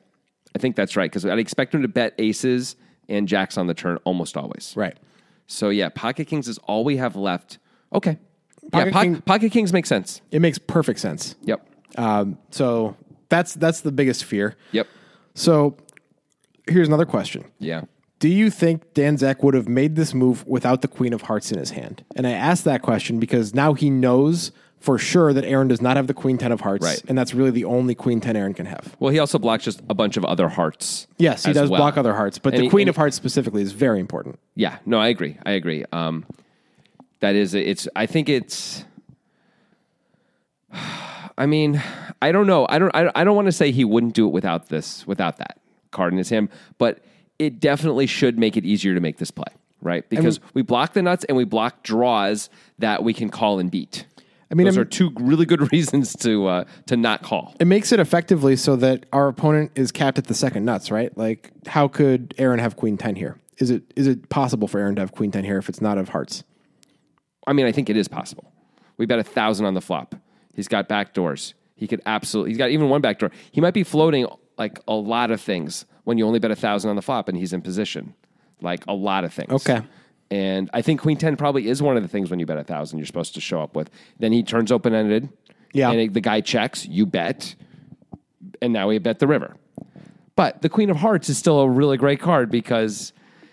S1: I think that's right because I'd expect him to bet aces and jacks on the turn almost always.
S3: Right.
S1: So yeah, pocket kings is all we have left. Okay. yeah,
S3: Pocket
S1: po-
S3: king-
S1: pocket kings make sense.
S3: It makes perfect sense.
S1: Yep.
S3: Um, so that's that's the biggest fear.
S1: Yep.
S3: So here's another question:
S1: Yeah.
S3: Do you think Dan Zek would have made this move without the Queen of Hearts in his hand? And I asked that question because now he knows for sure that Aaron does not have the Queen Ten of Hearts,
S1: Right.
S3: and that's really the only Queen Ten Aaron can have.
S1: Well, he also blocks just a bunch of other hearts.
S3: Yes, he
S1: as
S3: does
S1: well.
S3: block other hearts, but
S1: And
S3: the
S1: he-
S3: Queen
S1: and-
S3: of Hearts specifically is very important.
S1: Yeah. No, I agree. I agree. Um, that is, it's. I think it's. I mean, I don't know. I don't. I, I don't want to say he wouldn't do it without this, without that card in his hand. But it definitely should make it easier to make this play, right? Because we block the nuts and we block draws that we can call and beat.
S3: I mean,
S1: those
S3: I'm-
S1: are two really good reasons to uh, to not call.
S3: It makes it effectively so that our opponent is capped at the second nuts, right? Like, how could Aaron have Queen Ten here? Is it is it possible for Aaron to have Queen Ten here if it's not of Hearts?
S1: I mean, I think it is possible. We bet a thousand on the flop. He's got back doors. He could absolutely. He's got even one back door. He might be floating like a lot of things when you only bet a thousand on the flop and he's in position, like a lot of things.
S3: Okay.
S1: And I think Queen Ten probably is one of the things when you bet a thousand you're supposed to show up with. Then he turns open ended.
S3: Yeah.
S1: And it- the guy checks. You bet. And now we bet the river. But the Queen of Hearts is still a really great card because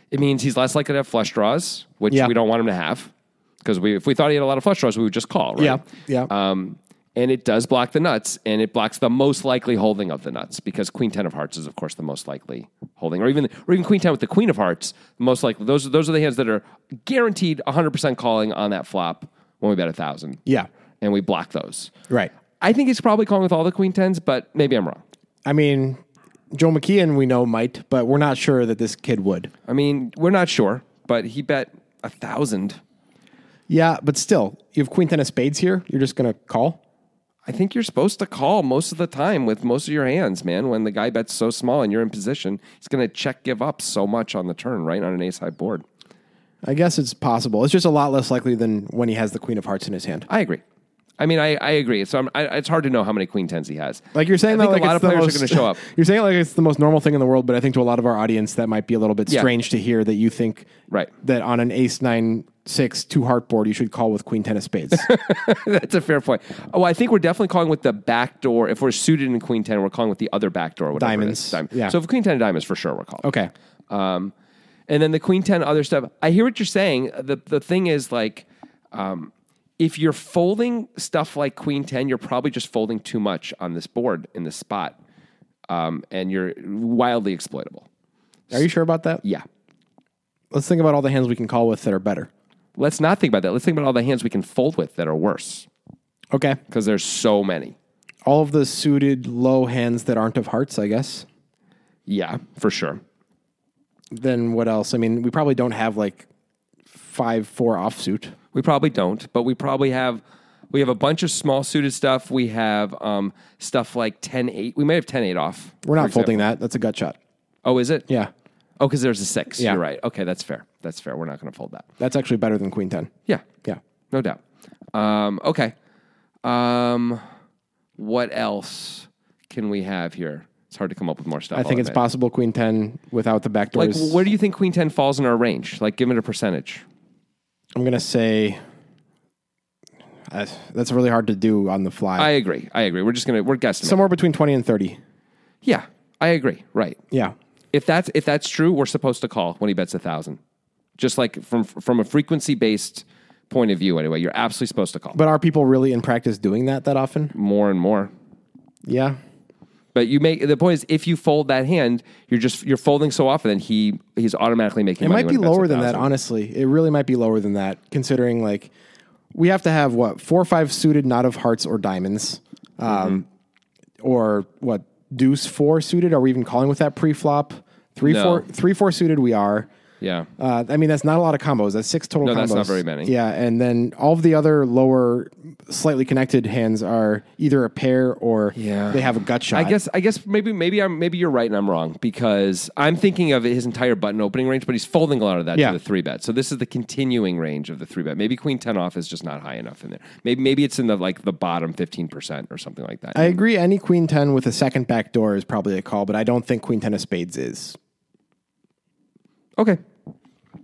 S1: it means he's less likely to have flush draws, which
S3: Yeah.
S1: we don't want him to have. Because we, if we thought he had a lot of flush draws, we would just call, right?
S3: Yeah, yeah.
S1: Um, and it does block the nuts, and it blocks the most likely holding of the nuts because Queen Ten of Hearts is, of course, the most likely holding, or even or even Queen Ten with the Queen of Hearts, most likely. Those those are the hands that are guaranteed 100 percent calling on that flop when we bet a thousand.
S3: Yeah.
S1: and we block those.
S3: Right.
S1: I think he's probably calling with all the Queen Tens, but maybe I'm wrong.
S3: I mean, Joe McKeon we know might, but we're not sure that this kid would.
S1: I mean, we're not sure, but he bet a thousand.
S3: Yeah, but still, you have Queen Ten of Spades here. You're just gonna call.
S1: I think you're supposed to call most of the time with most of your hands, man. When the guy bets so small and you're in position, he's going to check give up so much on the turn, right? On an ace high board.
S3: I guess it's possible. It's just a lot less likely than when he has the Queen of Hearts in his hand.
S1: I agree. I mean, I, I agree. So I'm, I, it's hard to know how many queen tens he has.
S3: Like you're saying
S1: I
S3: that,
S1: think
S3: like
S1: a lot
S3: it's
S1: of
S3: the
S1: players
S3: most,
S1: are going to show up.
S3: You're saying like it's the most normal thing in the world, but I think to a lot of our audience that might be a little bit
S1: Yeah.
S3: strange to hear that you think
S1: Right.
S3: that on an ace nine six two heart board you should call with queen ten of spades.
S1: That's a fair point. Oh, I think we're definitely calling with the back door. If we're suited in queen ten, we're calling with the other back door. Whatever it
S3: Diamonds.
S1: is. Diamond.
S3: Yeah.
S1: So if queen ten of diamonds, for sure, we're calling.
S3: okay,
S1: Um, and then the queen ten other stuff. I hear what you're saying. The the thing is like, um, if you're folding stuff like queen ten, you're probably just folding too much on this board in this spot, um, and you're wildly exploitable.
S3: are you sure about that?
S1: Yeah.
S3: Let's think about all the hands we can call with that are better.
S1: Let's not think about that. Let's think about all the hands we can fold with that are worse
S3: Okay,
S1: because there's so many.
S3: all of the suited low hands that aren't of hearts, I guess.
S1: Yeah, for sure.
S3: Then what else? I mean, we probably don't have like five four offsuit.
S1: We probably don't, but we probably have we have a bunch of small suited stuff. We have um, stuff like 10-8. We might have 10-8 off.
S3: We're
S1: for
S3: not
S1: example.
S3: folding that. That's a gut shot.
S1: Oh, is it?
S3: Yeah,
S1: Oh, because there's a six.
S3: Yeah.
S1: You're right. Okay, that's fair. That's fair. We're not going to fold that.
S3: that's actually better than queen ten.
S1: Yeah.
S3: Yeah.
S1: No doubt. Um, okay. Um, what else can we have here? It's hard to come up with more stuff.
S3: I think it's possible queen ten without the backdoor.
S1: Like,
S3: is
S1: where do you think queen ten falls in our range? Like, give it a percentage.
S3: I'm gonna say uh, that's really hard to do on the fly.
S1: I agree. I agree. We're just gonna we're guessing.
S3: Somewhere between twenty and thirty.
S1: yeah, I agree. Right.
S3: Yeah,
S1: If that's if that's true, we're supposed to call when he bets a thousand. Just like from from a frequency based point of view, anyway, you're absolutely supposed to call
S3: but are people really in practice doing that that often?
S1: more and more.
S3: Yeah,
S1: But you make the point is if you fold that hand, you're just you're folding so often that he he's automatically making.
S3: it might be lower than that. Honestly, it really might be lower than that. Considering like we have to have what four or five suited, not of hearts or diamonds, um,
S1: Mm-hmm.
S3: or what deuce four suited. Are we even calling with that pre-flop? Three
S1: No.
S3: four three four suited. We are.
S1: Yeah,
S3: Uh, I mean, that's not a lot of combos. That's six total
S1: No,
S3: combos.
S1: that's not very many.
S3: Yeah, and then all of the other lower, slightly connected hands are either a pair or
S1: Yeah.
S3: they have a gut shot.
S1: I guess I guess maybe maybe I'm maybe you're right and I'm wrong because I'm thinking of his entire button opening range, but he's folding a lot of that
S3: Yeah.
S1: to the three bet. So this is the continuing range of the three bet. Maybe queen ten off is just not high enough in there. Maybe maybe it's in the like the bottom fifteen percent or something like that.
S3: I agree. Any queen 10 with a second back door is probably a call, but I don't think queen 10 of spades is.
S1: okay,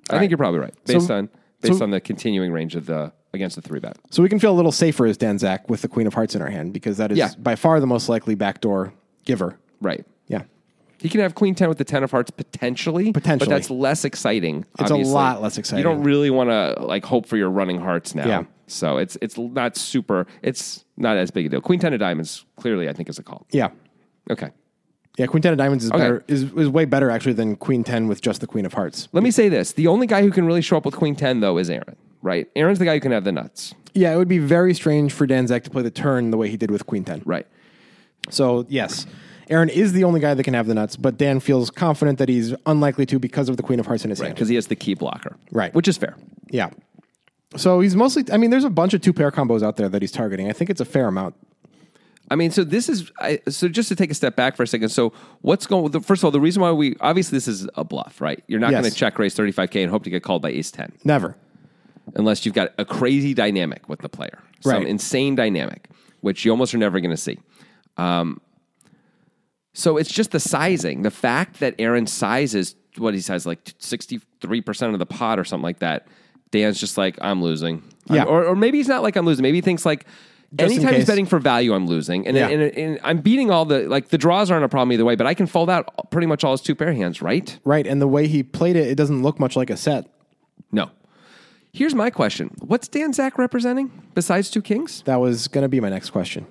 S1: I think you're probably right based
S3: So-
S1: on based
S3: so-
S1: on the continuing range of the against the three bet.
S3: So we can feel a little safer as Danzak with the queen of hearts in our hand because that is
S1: Yeah.
S3: by far the most likely back door giver.
S1: Right.
S3: Yeah.
S1: He can have queen 10 with the 10 of hearts potentially.
S3: Potentially.
S1: But that's less exciting.
S3: It's a
S1: obviously.
S3: lot less exciting.
S1: You don't really want to like hope for your running hearts now.
S3: Yeah.
S1: So it's it's not super, it's not as big a deal. Queen 10 of diamonds clearly I think is a call.
S3: Yeah.
S1: Okay.
S3: Yeah, queen 10 of diamonds is better is, is way better actually than queen 10 with just the queen of hearts.
S1: Let me say this. The only guy who can really show up with queen 10 though is Aaron, right? Aaron's the guy who can have the nuts.
S3: Yeah, it would be very strange for Danzak to play the turn the way he did with queen 10.
S1: Right.
S3: So yes, Aaron is the only guy that can have the nuts, but Dan feels confident that he's unlikely to because of the Queen of Hearts in his hand.
S1: Because he has the key blocker.
S3: Right.
S1: Which is fair.
S3: Yeah. So he's mostly. I mean, there's a bunch of two pair combos out there that he's targeting. I think it's a fair amount.
S1: I mean, so this is I, so just to take a step back for a second. So what's going? The, first of all, the reason why we obviously this is a bluff, right? You're not
S3: Yes.
S1: going to check raise 35k and hope to get called by ace 10
S3: Never.
S1: unless you've got a crazy dynamic with the player, some
S3: Right.
S1: insane dynamic, which you almost are never going to see. Um, so it's just the sizing, the fact that Aaron sizes what he sizes like sixty three percent of the pot or something like that. Dan's just like I'm losing, I'm-
S3: Yeah.
S1: or, or maybe he's not like I'm losing. Maybe he thinks like
S3: Just in
S1: anytime he's
S3: case.
S1: betting for value, I'm losing, and,
S3: Yeah.
S1: and, and I'm beating all the like the draws aren't a problem either way. But I can fold out pretty much all his two pair hands, right?
S3: Right. And the way he played it, it doesn't look much like a set.
S1: No. Here's my question: What's Dan Zach representing besides two kings?
S3: That was going to be my next question.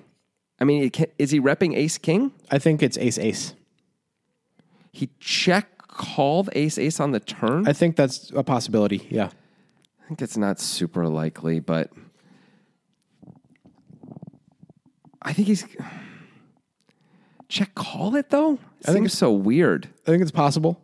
S1: I mean, it can, is he repping ace king?
S3: I think it's ace ace.
S1: He check called ace ace on the turn.
S3: I
S1: I
S3: think that's a possibility. Yeah.
S1: think it's not super likely, but I think he's check call it though. Seems
S3: think-
S1: so weird.
S3: I think it's possible.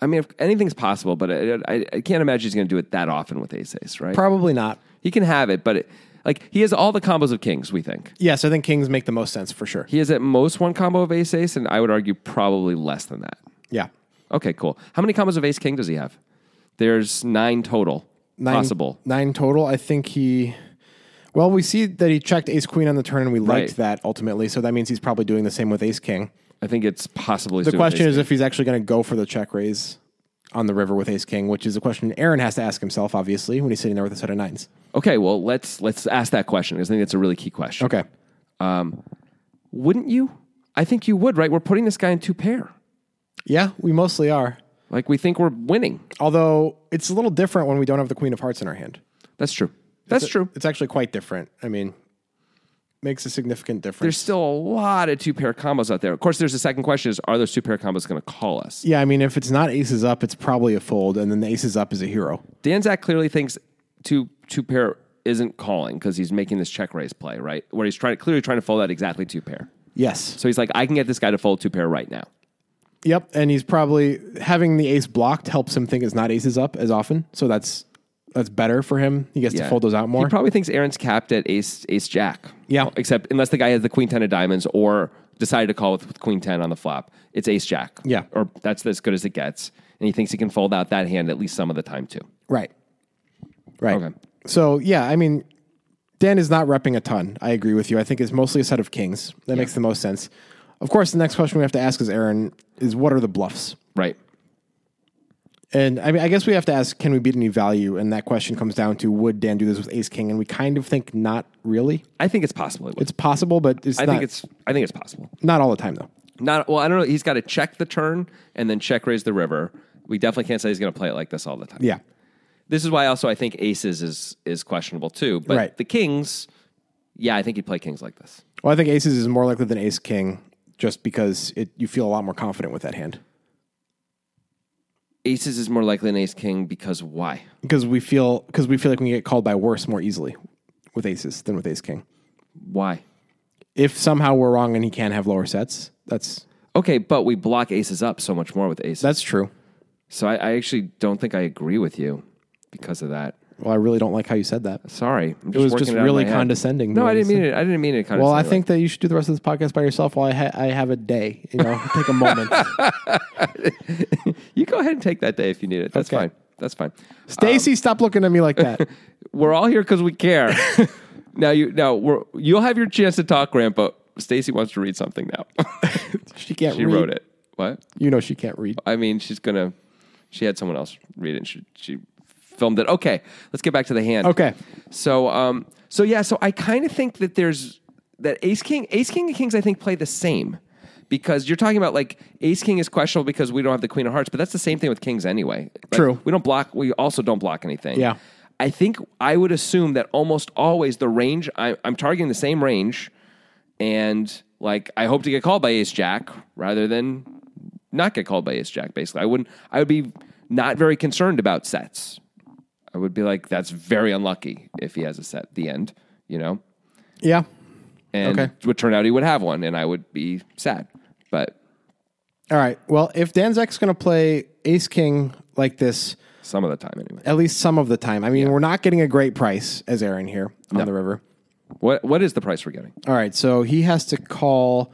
S1: I mean, if anything's possible, but I, I, I can't imagine he's going to do it that often with ace ace, right?
S3: Probably not.
S1: he can have it, but it, like he has all the combos of kings. We think
S3: Yes, I think kings make the most sense for sure.
S1: he has at most one combo of ace ace, and I would argue probably less than that.
S3: Yeah.
S1: Okay, cool. How many combos of ace king does he have? There's nine total
S3: Nine,
S1: possible.
S3: Nine total. I think he. Well, we see that he checked ace queen on the turn, and we
S1: Right.
S3: liked that ultimately. So that means he's probably doing the same with ace king.
S1: I think it's possibly
S3: The question is if he's actually going to go for the check raise on the river with ace king, which is a question Aaron has to ask himself, obviously, when he's sitting there with a set of nines.
S1: okay. Well, let's let's ask that question because I think that's a really key question.
S3: Okay.
S1: Wouldn't you? I think you would, right? We're putting this guy in two pair.
S3: Yeah, we mostly are.
S1: Like we think we're winning.
S3: Although it's a little different when we don't have the queen of hearts in our hand.
S1: That's true. That's true.
S3: It's actually quite different. I mean, makes a significant
S1: There's
S3: difference.
S1: still a lot of two pair combos out there. Of course, there's a second question: is are those two pair combos going to call us?
S3: yeah, I mean, if it's not aces up, it's probably a fold, and then the aces up is a hero.
S1: Danzak clearly thinks two two pair isn't calling because he's making this check raise play, right? Where he's trying clearly trying to fold out exactly two pair.
S3: Yes.
S1: So he's like, I can get this guy to fold two pair right now.
S3: Yep. And he's probably having the ace blocked helps him think it's not aces up as often. So that's that's better for him. He gets to fold those out more.
S1: He probably thinks Aaron's capped at ace ace jack.
S3: Yeah.
S1: Except unless the guy has the queen ten of diamonds or decided to call with, with queen ten on the flop, it's ace jack.
S3: Yeah.
S1: Or that's as good as it gets, and he thinks he can fold out that hand at least some of the time too.
S3: right. Right.
S1: Okay.
S3: So yeah, I mean, Dan is not repping a ton. I agree with you. I think it's mostly a set of kings. That makes the most sense. Of course, the next question we have to ask is Aaron is what are the bluffs?
S1: Right.
S3: And I mean, I guess we have to ask, can we beat any value? And that question comes down to, would Dan do this with Ace King? And we kind of think not really.
S1: I think it's possible. It would.
S3: It's possible, but it's
S1: I
S3: not,
S1: think it's I think it's possible.
S3: not all the time though.
S1: Not well. I don't know. He's got to check the turn and then check raise the river. We definitely can't say he's going to play it like this all the time.
S3: Yeah,
S1: This is why also I think aces is is questionable too. But
S3: Right.
S1: the kings, yeah, I think he'd play kings like this.
S3: well, I think aces is more likely than ace king, just because it you feel a lot more confident with that hand
S1: Aces is more likely an ace king because why?
S3: because we feel because we feel like we can get called by worse more easily with aces than with ace king.
S1: Why?
S3: If somehow we're wrong and he can have lower sets, that's
S1: Okay, but we block aces up so much more with aces.
S3: that's true.
S1: so I, I actually don't think I agree with you because of that.
S3: Well, I really don't like how you said that.
S1: Sorry, I'm just
S3: was
S1: working
S3: just
S1: out of
S3: really
S1: my head.
S3: condescending
S1: No,
S3: the way
S1: I
S3: you
S1: didn't mean it. I didn't mean it.
S3: Well, I think that you should do the rest of this podcast by yourself while I, ha- I have a day. You know, take a moment.
S1: you go ahead and take that day if you need it. That's
S3: Okay.
S1: fine. That's fine. Uh, Um,
S3: Stacy, stop looking at me like that.
S1: We're all here because we care. now you now we're, you'll have your chance to talk, Grandpa. Stacy wants to read something now.
S3: She can't
S1: she
S3: read.
S1: wrote it. What?
S3: You know she can't read.
S1: I mean, she's gonna. She had someone else read it. And she she filmed it. Okay, let's get back to the hand.
S3: Okay.
S1: So um so yeah so I kind of think that there's that ace king ace king and kings I think play the same because you're talking about like ace king is questionable because we don't have the queen of hearts but that's the same thing with kings anyway. Like,
S3: True.
S1: We don't block we also don't block anything.
S3: Yeah.
S1: I think I would assume that almost always the range I, I'm targeting the same range and like I hope to get called by ace jack rather than not get called by ace jack basically. I wouldn't I would be not very concerned about sets. I would be like, that's very unlucky if he has a set. The end, you know,
S3: Yeah.
S1: and
S3: Okay.
S1: it would turn out he would have one, and I would be sad. But
S3: All right. Well, if Danzak's going to play Ace King like this,
S1: some of the time, anyway.
S3: at least some of the time. I mean, we're not getting a great price as Aaron here on the river.
S1: What what is the price we're getting?
S3: All right, so he has to call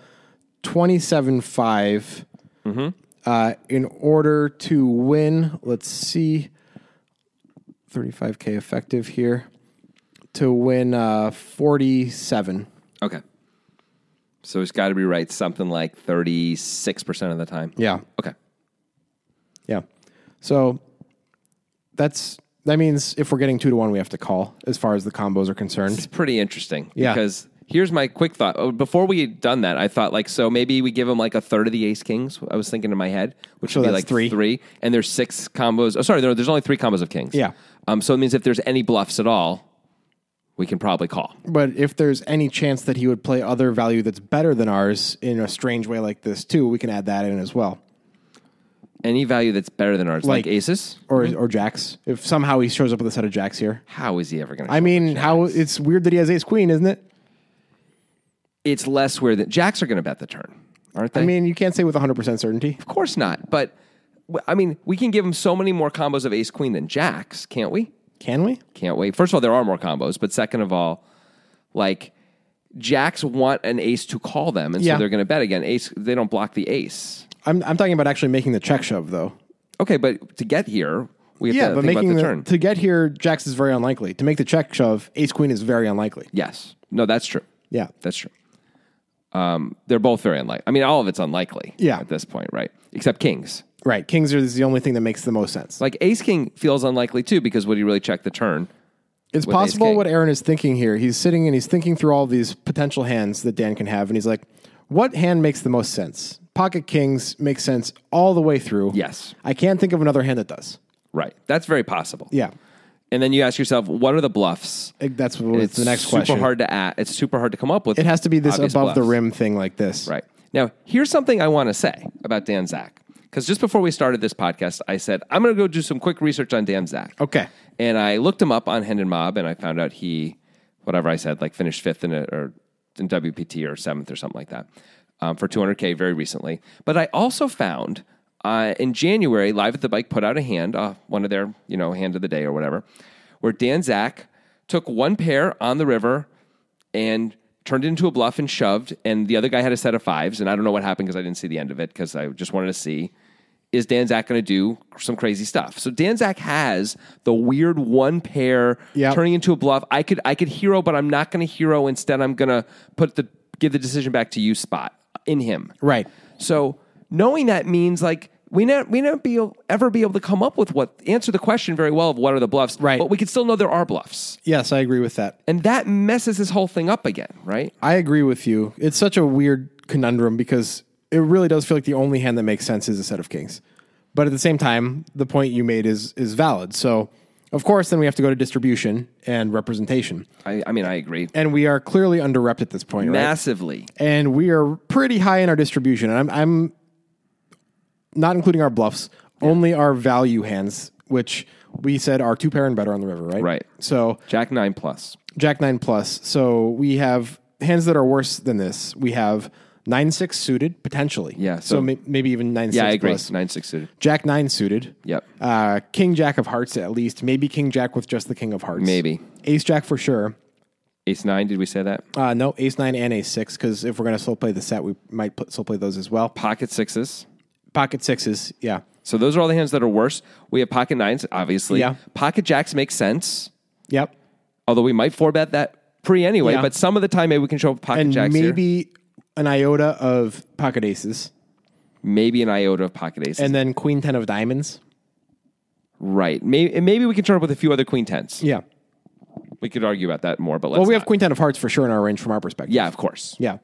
S3: twenty seven five
S1: Mm-hmm.
S3: uh, in order to win. Let's see, thirty five k effective here to win uh, forty seven.
S1: Okay, so it's got to be right something like thirty six percent of the time.
S3: Yeah,
S1: Okay.
S3: yeah. So that's that means if we're getting two to one, we have to call as far as the combos are concerned.
S1: It's pretty interesting.
S3: Yeah.
S1: Because here's my quick thought. Oh, Before we had done that, I thought like so maybe we give him like a third of the ace kings. I was thinking in my head, which
S3: So
S1: would be
S3: that's
S1: like
S3: three.
S1: three. And there's six combos. Oh, sorry, there, there's only three combos of kings.
S3: Yeah.
S1: Um. So it means if there's any bluffs at all, we can probably call.
S3: But if there's any chance that he would play other value that's better than ours in a strange way like this too, we can add that in as well.
S1: Any value that's better than ours, like,
S3: Like-
S1: aces.
S3: or or jacks. If somehow he shows up with a set of jacks here,
S1: How is he ever going to?
S3: I mean, how it's weird that he has ace queen, isn't it?
S1: it's less where that jacks are going to bet the turn, aren't they?
S3: I mean, you can't say with one hundred percent certainty.
S1: of course not. But w- I mean, we can give him so many more combos of ace queen than jacks, can't we?
S3: Can we?
S1: Can't wait. First of all, there are more combos, but second of all, like jacks want an ace to call them, and
S3: Yeah.
S1: so they're going to bet again. Ace, they don't block the ace.
S3: I'm I'm talking about actually making the check shove though.
S1: Okay, but to get here, We have
S3: yeah,
S1: to
S3: but
S1: think
S3: making
S1: about the
S3: the,
S1: turn.
S3: to get here, Jax is very unlikely. To make the check shove, Ace Queen is very unlikely.
S1: yes. No, that's true.
S3: Yeah,
S1: That's true. Um, they're both very unlikely. I mean, all of it's unlikely.
S3: Yeah.
S1: At this point, right? Except kings.
S3: right. Kings are is the only thing that makes the most sense.
S1: Like ace king feels unlikely too because would he really check the turn?
S3: It's
S1: with ace
S3: possible
S1: king.
S3: what Aaron is thinking here. He's sitting and he's thinking through all these potential hands that Dan can have, and he's like, "What hand makes the most sense? Pocket kings makes sense all the way through.
S1: Yes.
S3: I can't think of another hand that does.
S1: Right. That's very possible.
S3: Yeah,
S1: And then you ask yourself, what are the bluffs?
S3: I- that's what was
S1: it's
S3: the next
S1: super
S3: question.
S1: hard to at. It's super hard to come up with.
S3: It has to be this
S1: obvious
S3: above the
S1: bluffs.
S3: rim thing like this.
S1: Right. Now, here's something I want to say about Dan Zach. Because just before we started this podcast, I said, I'm going to go do some quick research on Dan Zach.
S3: Okay.
S1: And I looked him up on Hendon Mob and I found out he, whatever I said, like finished fifth in, a, or in WPT or seventh or something like that um, for 200K very recently. But I also found uh, in January, Live at the Bike put out a hand, uh, one of their, you know, hand of the day or whatever, where Dan Zach took one pair on the river and turned it into a bluff and shoved. And the other guy had a set of fives. And I don't know what happened because I didn't see the end of it because I just wanted to see is Dan Zach going to do some crazy stuff. So Dan Zach has the weird one pair
S3: Yep.
S1: turning into a bluff. I could I could hero, but I'm not going to hero. Instead, I'm going to put the give the decision back to you spot in him.
S3: Right.
S1: So knowing that means like. We not we not be ever be able to come up with what answer the question very well of what are the bluffs,
S3: Right.
S1: But we could still know there are bluffs,
S3: Yes, I agree with that.
S1: and that messes this whole thing up again, right?
S3: I agree with you. It's such a weird conundrum because it really does feel like the only hand that makes sense is a set of kings. But at the same time, the point you made is is valid. So, of course, then we have to go to distribution and representation.
S1: I, I mean, I agree
S3: And we are clearly underrepped at this point, right?
S1: massively.
S3: And we are pretty high in our distribution. And I'm, I'm not including our bluffs, only our value hands, which we said are two pair and better on the river, right?
S1: Right.
S3: So
S1: Jack nine plus.
S3: Jack nine plus. So we have hands that are worse than this. We have nine six suited potentially.
S1: Yeah,
S3: So,
S1: so-
S3: may- maybe even nine
S1: Yeah,
S3: six
S1: I agree.
S3: plus.
S1: Nine six suited.
S3: Jack nine suited.
S1: Yep.
S3: Uh, king Jack of hearts at least. Maybe King Jack with just the King of hearts.
S1: Maybe.
S3: Ace Jack for sure.
S1: Ace nine. Did we say that?
S3: Uh, no, Ace nine and Ace six because if we're gonna slow play the set, we might pl- slow play those as well.
S1: Pocket sixes.
S3: Pocket sixes. Yeah.
S1: So those are all the hands that are worse. We have pocket nines, obviously.
S3: Yeah.
S1: Pocket jacks make sense,
S3: Yep.
S1: although we might four bet that pre anyway.
S3: Yeah.
S1: But some of the time, maybe we can show up pocket
S3: And
S1: jacks here.
S3: maybe an iota of pocket aces,
S1: maybe an iota of pocket aces.
S3: and then Queen ten of diamonds.
S1: right. Maybe and maybe we can turn up with a few other queen tens.
S3: Yeah.
S1: We could argue about that more, but let's.
S3: Well, we
S1: not.
S3: have Queen ten of hearts for sure in our range from our perspective.
S1: Yeah, of course.
S3: Yeah.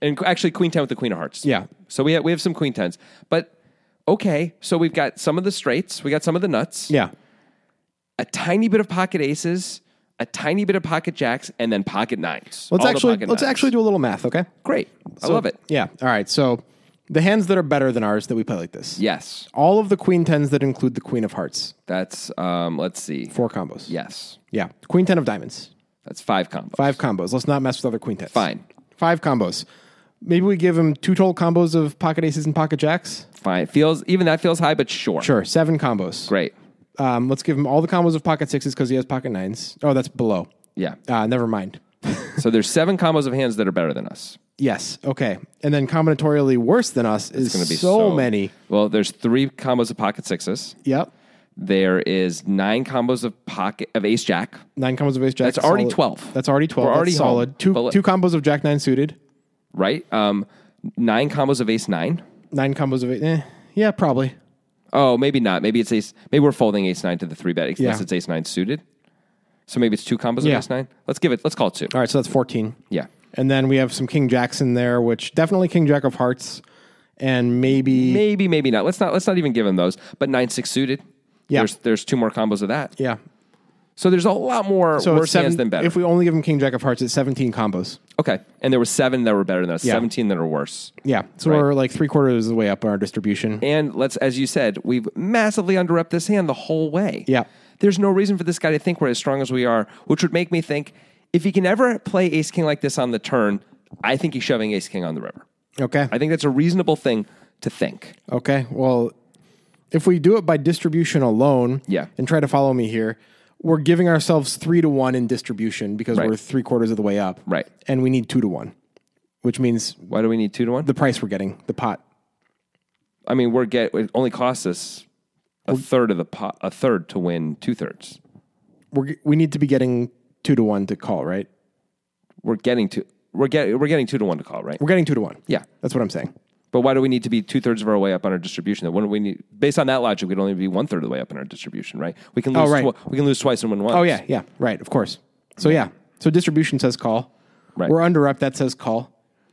S1: and qu- actually queen 10 with the queen of hearts
S3: Yeah.
S1: so we have, we have some queen 10s but okay so we've got some of the straights we got some of the nuts
S3: Yeah.
S1: a tiny bit of pocket aces a tiny bit of pocket jacks and then pocket nines
S3: Let's
S1: All the
S3: actually
S1: pocket
S3: let's
S1: nines.
S3: actually do a little math, okay?
S1: great i love it
S3: Yeah. All right. So the hands that are better than ours that we play like this.
S1: yes
S3: All of the queen tens that include the queen of hearts.
S1: that's um let's see
S3: Four combos.
S1: yes
S3: Yeah. Queen ten of diamonds.
S1: that's five combos
S3: Five combos. Let's not mess with other queen tens.
S1: Fine.
S3: Five combos. Maybe we give him two total combos of pocket aces and pocket jacks.
S1: fine feels even that feels high but sure
S3: Sure. Seven combos.
S1: great
S3: Um, let's give him all the combos of pocket sixes because he has pocket nines. Oh, that's below.
S1: yeah
S3: Uh, never mind.
S1: so there's seven combos of hands that are better than us
S3: Yes. Okay. And then combinatorially worse than us is
S1: It's gonna be
S3: so many.
S1: well there's three combos of pocket sixes
S3: Yep.
S1: there is nine combos of pocket of ace jack
S3: Nine combos of ace jack.
S1: That's already
S3: solid.
S1: 12.
S3: That's already 12
S1: We're
S3: That's
S1: already
S3: solid.
S1: home.
S3: Two
S1: But let-
S3: two combos of jack nine suited.
S1: right? Um, nine combos of ace nine.
S3: Nine combos of eight. Eh, yeah, probably.
S1: Oh, maybe not. Maybe it's ace. Maybe we're folding ace nine to the three bet unless
S3: Yeah.
S1: it's ace nine suited. So maybe it's two combos
S3: Yeah.
S1: of ace nine. Let's give it. Let's call it two.
S3: All right, so that's 14.
S1: Yeah,
S3: And then we have some king jacks in there, which definitely king jack of hearts and maybe
S1: maybe maybe not. Let's not. Let's not even give him those. But nine six suited.
S3: Yeah.
S1: There's there's two more combos of that.
S3: yeah.
S1: So there's a lot more
S3: So
S1: worse
S3: it's seven,
S1: hands than better.
S3: If we only give him king jack of hearts, it's 17 combos.
S1: okay, and there were seven that were better than us.
S3: Yeah.
S1: Seventeen that are worse.
S3: Yeah. So
S1: Right.
S3: we're like 3 quarters of the way up on our distribution.
S1: And let's, as you said, we've massively underrepped this hand the whole way.
S3: Yeah.
S1: There's no reason for this guy to think we're as strong as we are, which would make me think if he can ever play ace king like this on the turn, I think he's shoving ace king on the river.
S3: Okay.
S1: I think that's a reasonable thing to think.
S3: Okay. Well, if we do it by distribution alone,
S1: Yeah.
S3: and try to follow me here, we're giving ourselves three to one in distribution because
S1: Right.
S3: we're three quarters of the way up.
S1: Right.
S3: And we need two to one, which means
S1: Why do we need two to one?
S3: the price we're getting, the pot.
S1: I mean, we're get it only costs a third of the pot, a third to win two thirds.
S3: We're, g- we need to be getting two to one to call, right?
S1: We're getting to we're getting we're getting two to one to call, right?
S3: We're getting two to one.
S1: Yeah.
S3: That's what I'm saying.
S1: But why do we need to be two thirds of our way up on our distribution? Then, Why don't we need, based on that logic, we'd only be one third of the way up on our distribution, right? We can lose.
S3: Oh, right.
S1: twi- we can lose twice and win once.
S3: Oh yeah, yeah, right, of course. So yeah, so distribution says call.
S1: Right.
S3: We're under up. That says call.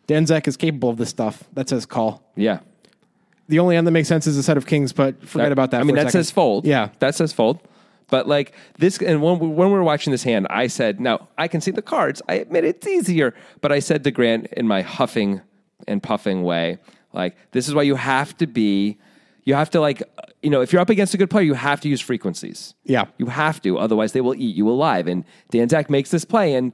S3: Danzak is capable of this stuff. That says call.
S1: yeah.
S3: The only end that makes sense is a set of kings, but forget about that.
S1: I mean,
S3: for a
S1: that
S3: second.
S1: says fold.
S3: Yeah,
S1: that says fold. But like this, and when we, when we were watching this hand, I said, "Now I can see the cards. I admit it's easier." But I said to Grant in my huffing and puffing way, "Like this is why you have to be, you have to like, you know, if you're up against a good player, you have to use frequencies.
S3: Yeah.
S1: you have to, otherwise they will eat you alive." And Dan Zak makes this play, and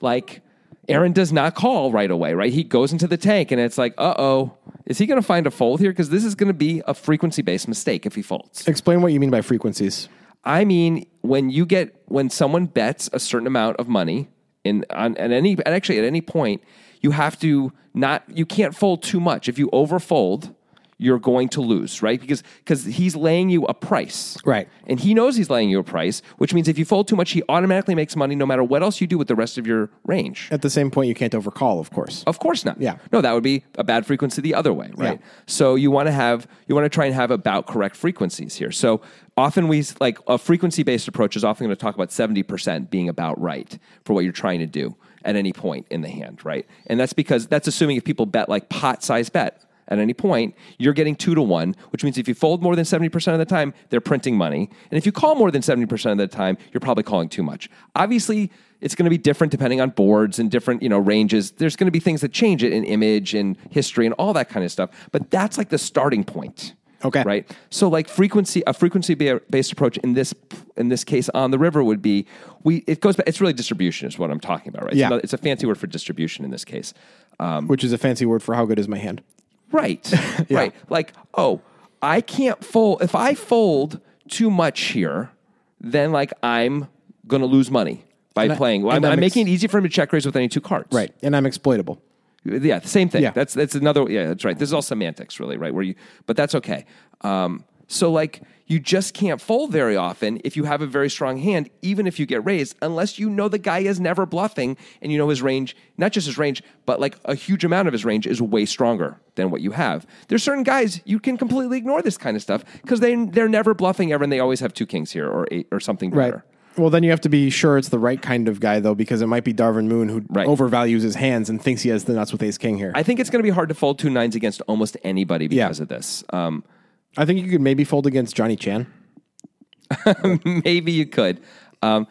S1: like. Aaron does not call right away, right? He goes into the tank, and it's like, uh oh, is he going to find a fold here? Because this is going to be a frequency based mistake if he folds.
S3: Explain what you mean by frequencies.
S1: I mean, when you get when someone bets a certain amount of money in on at any and actually at any point, you have to not you can't fold too much. If you overfold, you're going to lose, right? Because because he's laying you a price,
S3: Right.
S1: And he knows he's laying you a price, which means if you fold too much, he automatically makes money no matter what else you do with the rest of your range.
S3: At the same point, you can't overcall, of course.
S1: Of course not.
S3: Yeah.
S1: No, that would be a bad frequency the other way, right?
S3: Yeah.
S1: So you want to have you want to try and have about correct frequencies here. So often we s- like a frequency based approach is often going to talk about seventy percent being about right for what you're trying to do at any point in the hand, right? And that's because that's assuming if people bet like pot size bet at any point, you're getting two to one, which means if you fold more than 70% of the time, they're printing money. And if you call more than 70% of the time, you're probably calling too much. Obviously, it's going to be different depending on boards and different, you know, ranges. There's going to be things that change it in image and history and all that kind of stuff. But that's like the starting point.
S3: Okay.
S1: Right. So like frequency a frequency ba- based approach in this in this case on the river would be we it goes back it's really distribution is what I'm talking about, right? It's
S3: Yeah.
S1: another- It's, a fancy word for distribution in this case.
S3: which is a fancy word for how good is my hand.
S1: Right. Right. Like, oh, I can't fold. If I fold too much here, then like I'm going to lose money by playing. Well, I'm,
S3: and that
S1: I'm
S3: makes-
S1: making it easy for him to check raise with any two cards.
S3: And I'm exploitable.
S1: Yeah. Same thing.
S3: Yeah.
S1: That's that's another. Yeah. That's right. This is all semantics, really. Right. Where you, but that's okay. Um. So like you just can't fold very often if you have a very strong hand, even if you get raised, unless you know the guy is never bluffing and you know his range, not just his range, but like a huge amount of his range is way stronger than what you have. There's certain guys you can completely ignore this kind of stuff because they they're never bluffing ever and they always have two kings here or eight or something
S3: Right.
S1: better.
S3: Well, then you have to be sure it's the right kind of guy, though, because it might be Darvin Moon who
S1: Right.
S3: overvalues his hands and thinks he has the nuts with Ace King here. I,
S1: I think it's going to be hard to fold two nines against almost anybody
S3: Yeah.
S1: because of this. Um,
S3: think you could maybe fold against Johnny Chan.
S1: maybe you could. Um,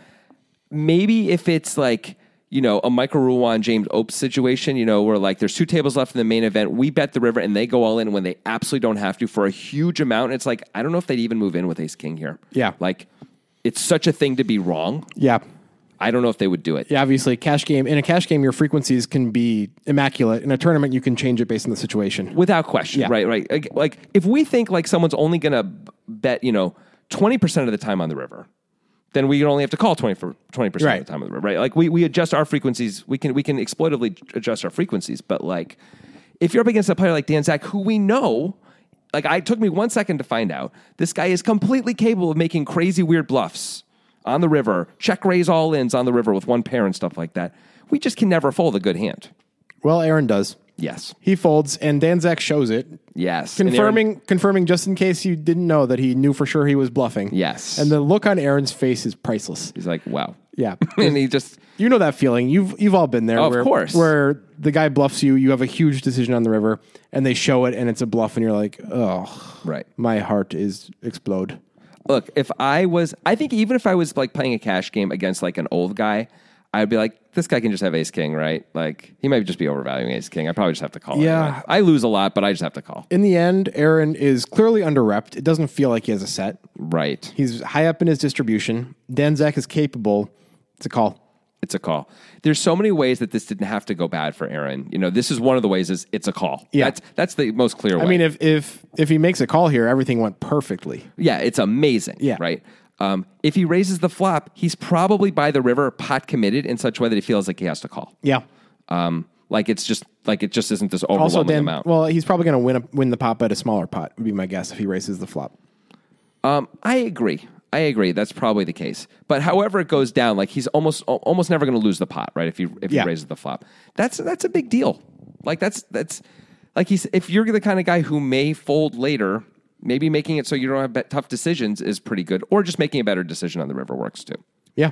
S1: maybe if it's like you know a Michael Ruan James Opes situation, you know, where like there's two tables left in the main event, we bet the river and they go all in when they absolutely don't have to for a huge amount. And it's like I don't know if they'd even move in with Ace King here.
S3: Yeah.
S1: like it's such a thing to be wrong.
S3: Yeah.
S1: I don't know if they would do it.
S3: Yeah, obviously, cash game. In a cash game, your frequencies can be immaculate. In a tournament, you can change it based on the situation.
S1: Without question,
S3: Yeah.
S1: right, right. Like, like, if we think like someone's only going to bet, you know, twenty percent of the time on the river, then we only have to call 20 percent
S3: Right.
S1: of the time on the river, right? Like we, we adjust our frequencies. We can we can exploitively adjust our frequencies, but like if you're up against a player like Dan Zach, who we know. Like I it took me one second to find out this guy is completely capable of making crazy weird bluffs on the river, check raise all ins on the river with one pair and stuff like that. We just can never fold a good hand.
S3: Well, Aaron does.
S1: Yes,
S3: He folds, and Danzak shows it,
S1: yes. And Aaron-
S3: confirming, confirming just in case you didn't know that he knew for sure he was bluffing.
S1: Yes.
S3: And the look on Aaron's face is priceless.
S1: He's like, wow.
S3: Yeah.
S1: and he just,
S3: You know that feeling. You've you've all been there.
S1: Of
S3: where,
S1: course.
S3: where the guy bluffs you. You have a huge decision on the river, and they show it, and it's a bluff, and you're like, oh,
S1: right.
S3: my heart is explode.
S1: Look, if I was, I think even if I was like playing a cash game against like an old guy, I'd be like, this guy can just have ace king, right? Like, he might just be overvaluing ace king. I probably just have to call.
S3: Yeah.
S1: anyway. I lose a lot, but I just have to call.
S3: In the end, Aaron is clearly underrepped. It doesn't feel like he has a set.
S1: Right.
S3: He's high up in his distribution. Danzak is capable. It's a call.
S1: It's a call. There's so many ways that this didn't have to go bad for Aaron. You know, this is one of the ways is it's a call.
S3: Yeah.
S1: That's, that's the most clear way.
S3: I mean, if if if he makes a call here, everything went perfectly.
S1: Yeah, it's amazing.
S3: Yeah.
S1: Right. Um, if he raises the flop, he's probably by the river pot committed in such a way that he feels like he has to call.
S3: Yeah.
S1: Um, like it's just like it just isn't this overwhelming
S3: Also, Dan.
S1: amount.
S3: Well, he's probably going to win a, win the pot, but a smaller pot would be my guess if he raises the flop.
S1: Um, I agree. I agree. That's probably the case. But however it goes down, like he's almost al- almost never going to lose the pot, right? If he if
S3: Yeah.
S1: he raises the flop, that's that's a big deal. Like that's that's like he's if you're the kind of guy who may fold later, maybe making it so you don't have bet- tough decisions is pretty good, or just making a better decision on the river works too.
S3: Yeah.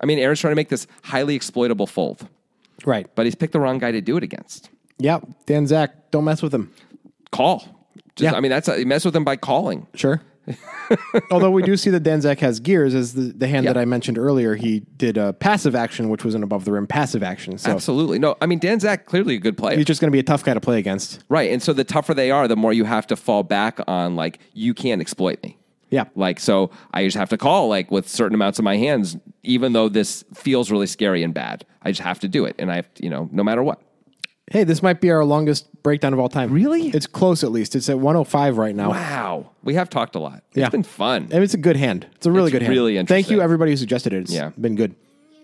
S1: I mean, Aaron's trying to make this highly exploitable fold,
S3: Right.
S1: but he's picked the wrong guy to do it against.
S3: Yeah. Dan Zach, don't mess with him.
S1: Call. Just,
S3: Yeah.
S1: I mean, that's you mess with him by calling.
S3: Sure. Although we do see that Danzak has gears, as the, the hand
S1: Yeah.
S3: that I mentioned earlier, he did a passive action, which was an above the rim passive action. So
S1: Absolutely. No, I mean, Dan Zach clearly a good player.
S3: he's just going to be a tough guy to play against.
S1: Right. And so the tougher they are, the more you have to fall back on like you can't exploit me.
S3: Yeah.
S1: Like so I just have to call like with certain amounts of my hands, even though this feels really scary and bad. I just have to do it. And I have to, you know, no matter what.
S3: Hey, this might be our longest breakdown of all time.
S1: Really?
S3: It's close, at least. It's at 105 right now.
S1: Wow. We have talked a lot. It's
S3: Yeah.
S1: been fun.
S3: And it's a good hand. It's a really
S1: It's
S3: good hand.
S1: really
S3: Thank you,
S1: interesting.
S3: everybody who suggested it. It's
S1: Yeah.
S3: been good.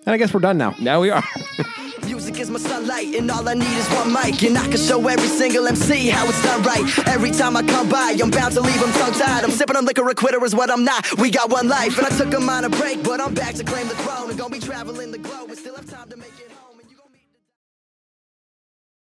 S3: And I guess we're done now.
S1: Now we are.
S2: Music is my sunlight, and all I need is one mic. And I can show every single MC how it's done right. Every time I come by, I'm bound to leave them tongue tied. I'm sipping on liquor, a quitter is what I'm not. We got one life, and I took a minor break, but I'm back to claim the throne. And gonna be traveling the globe, and still have time to make.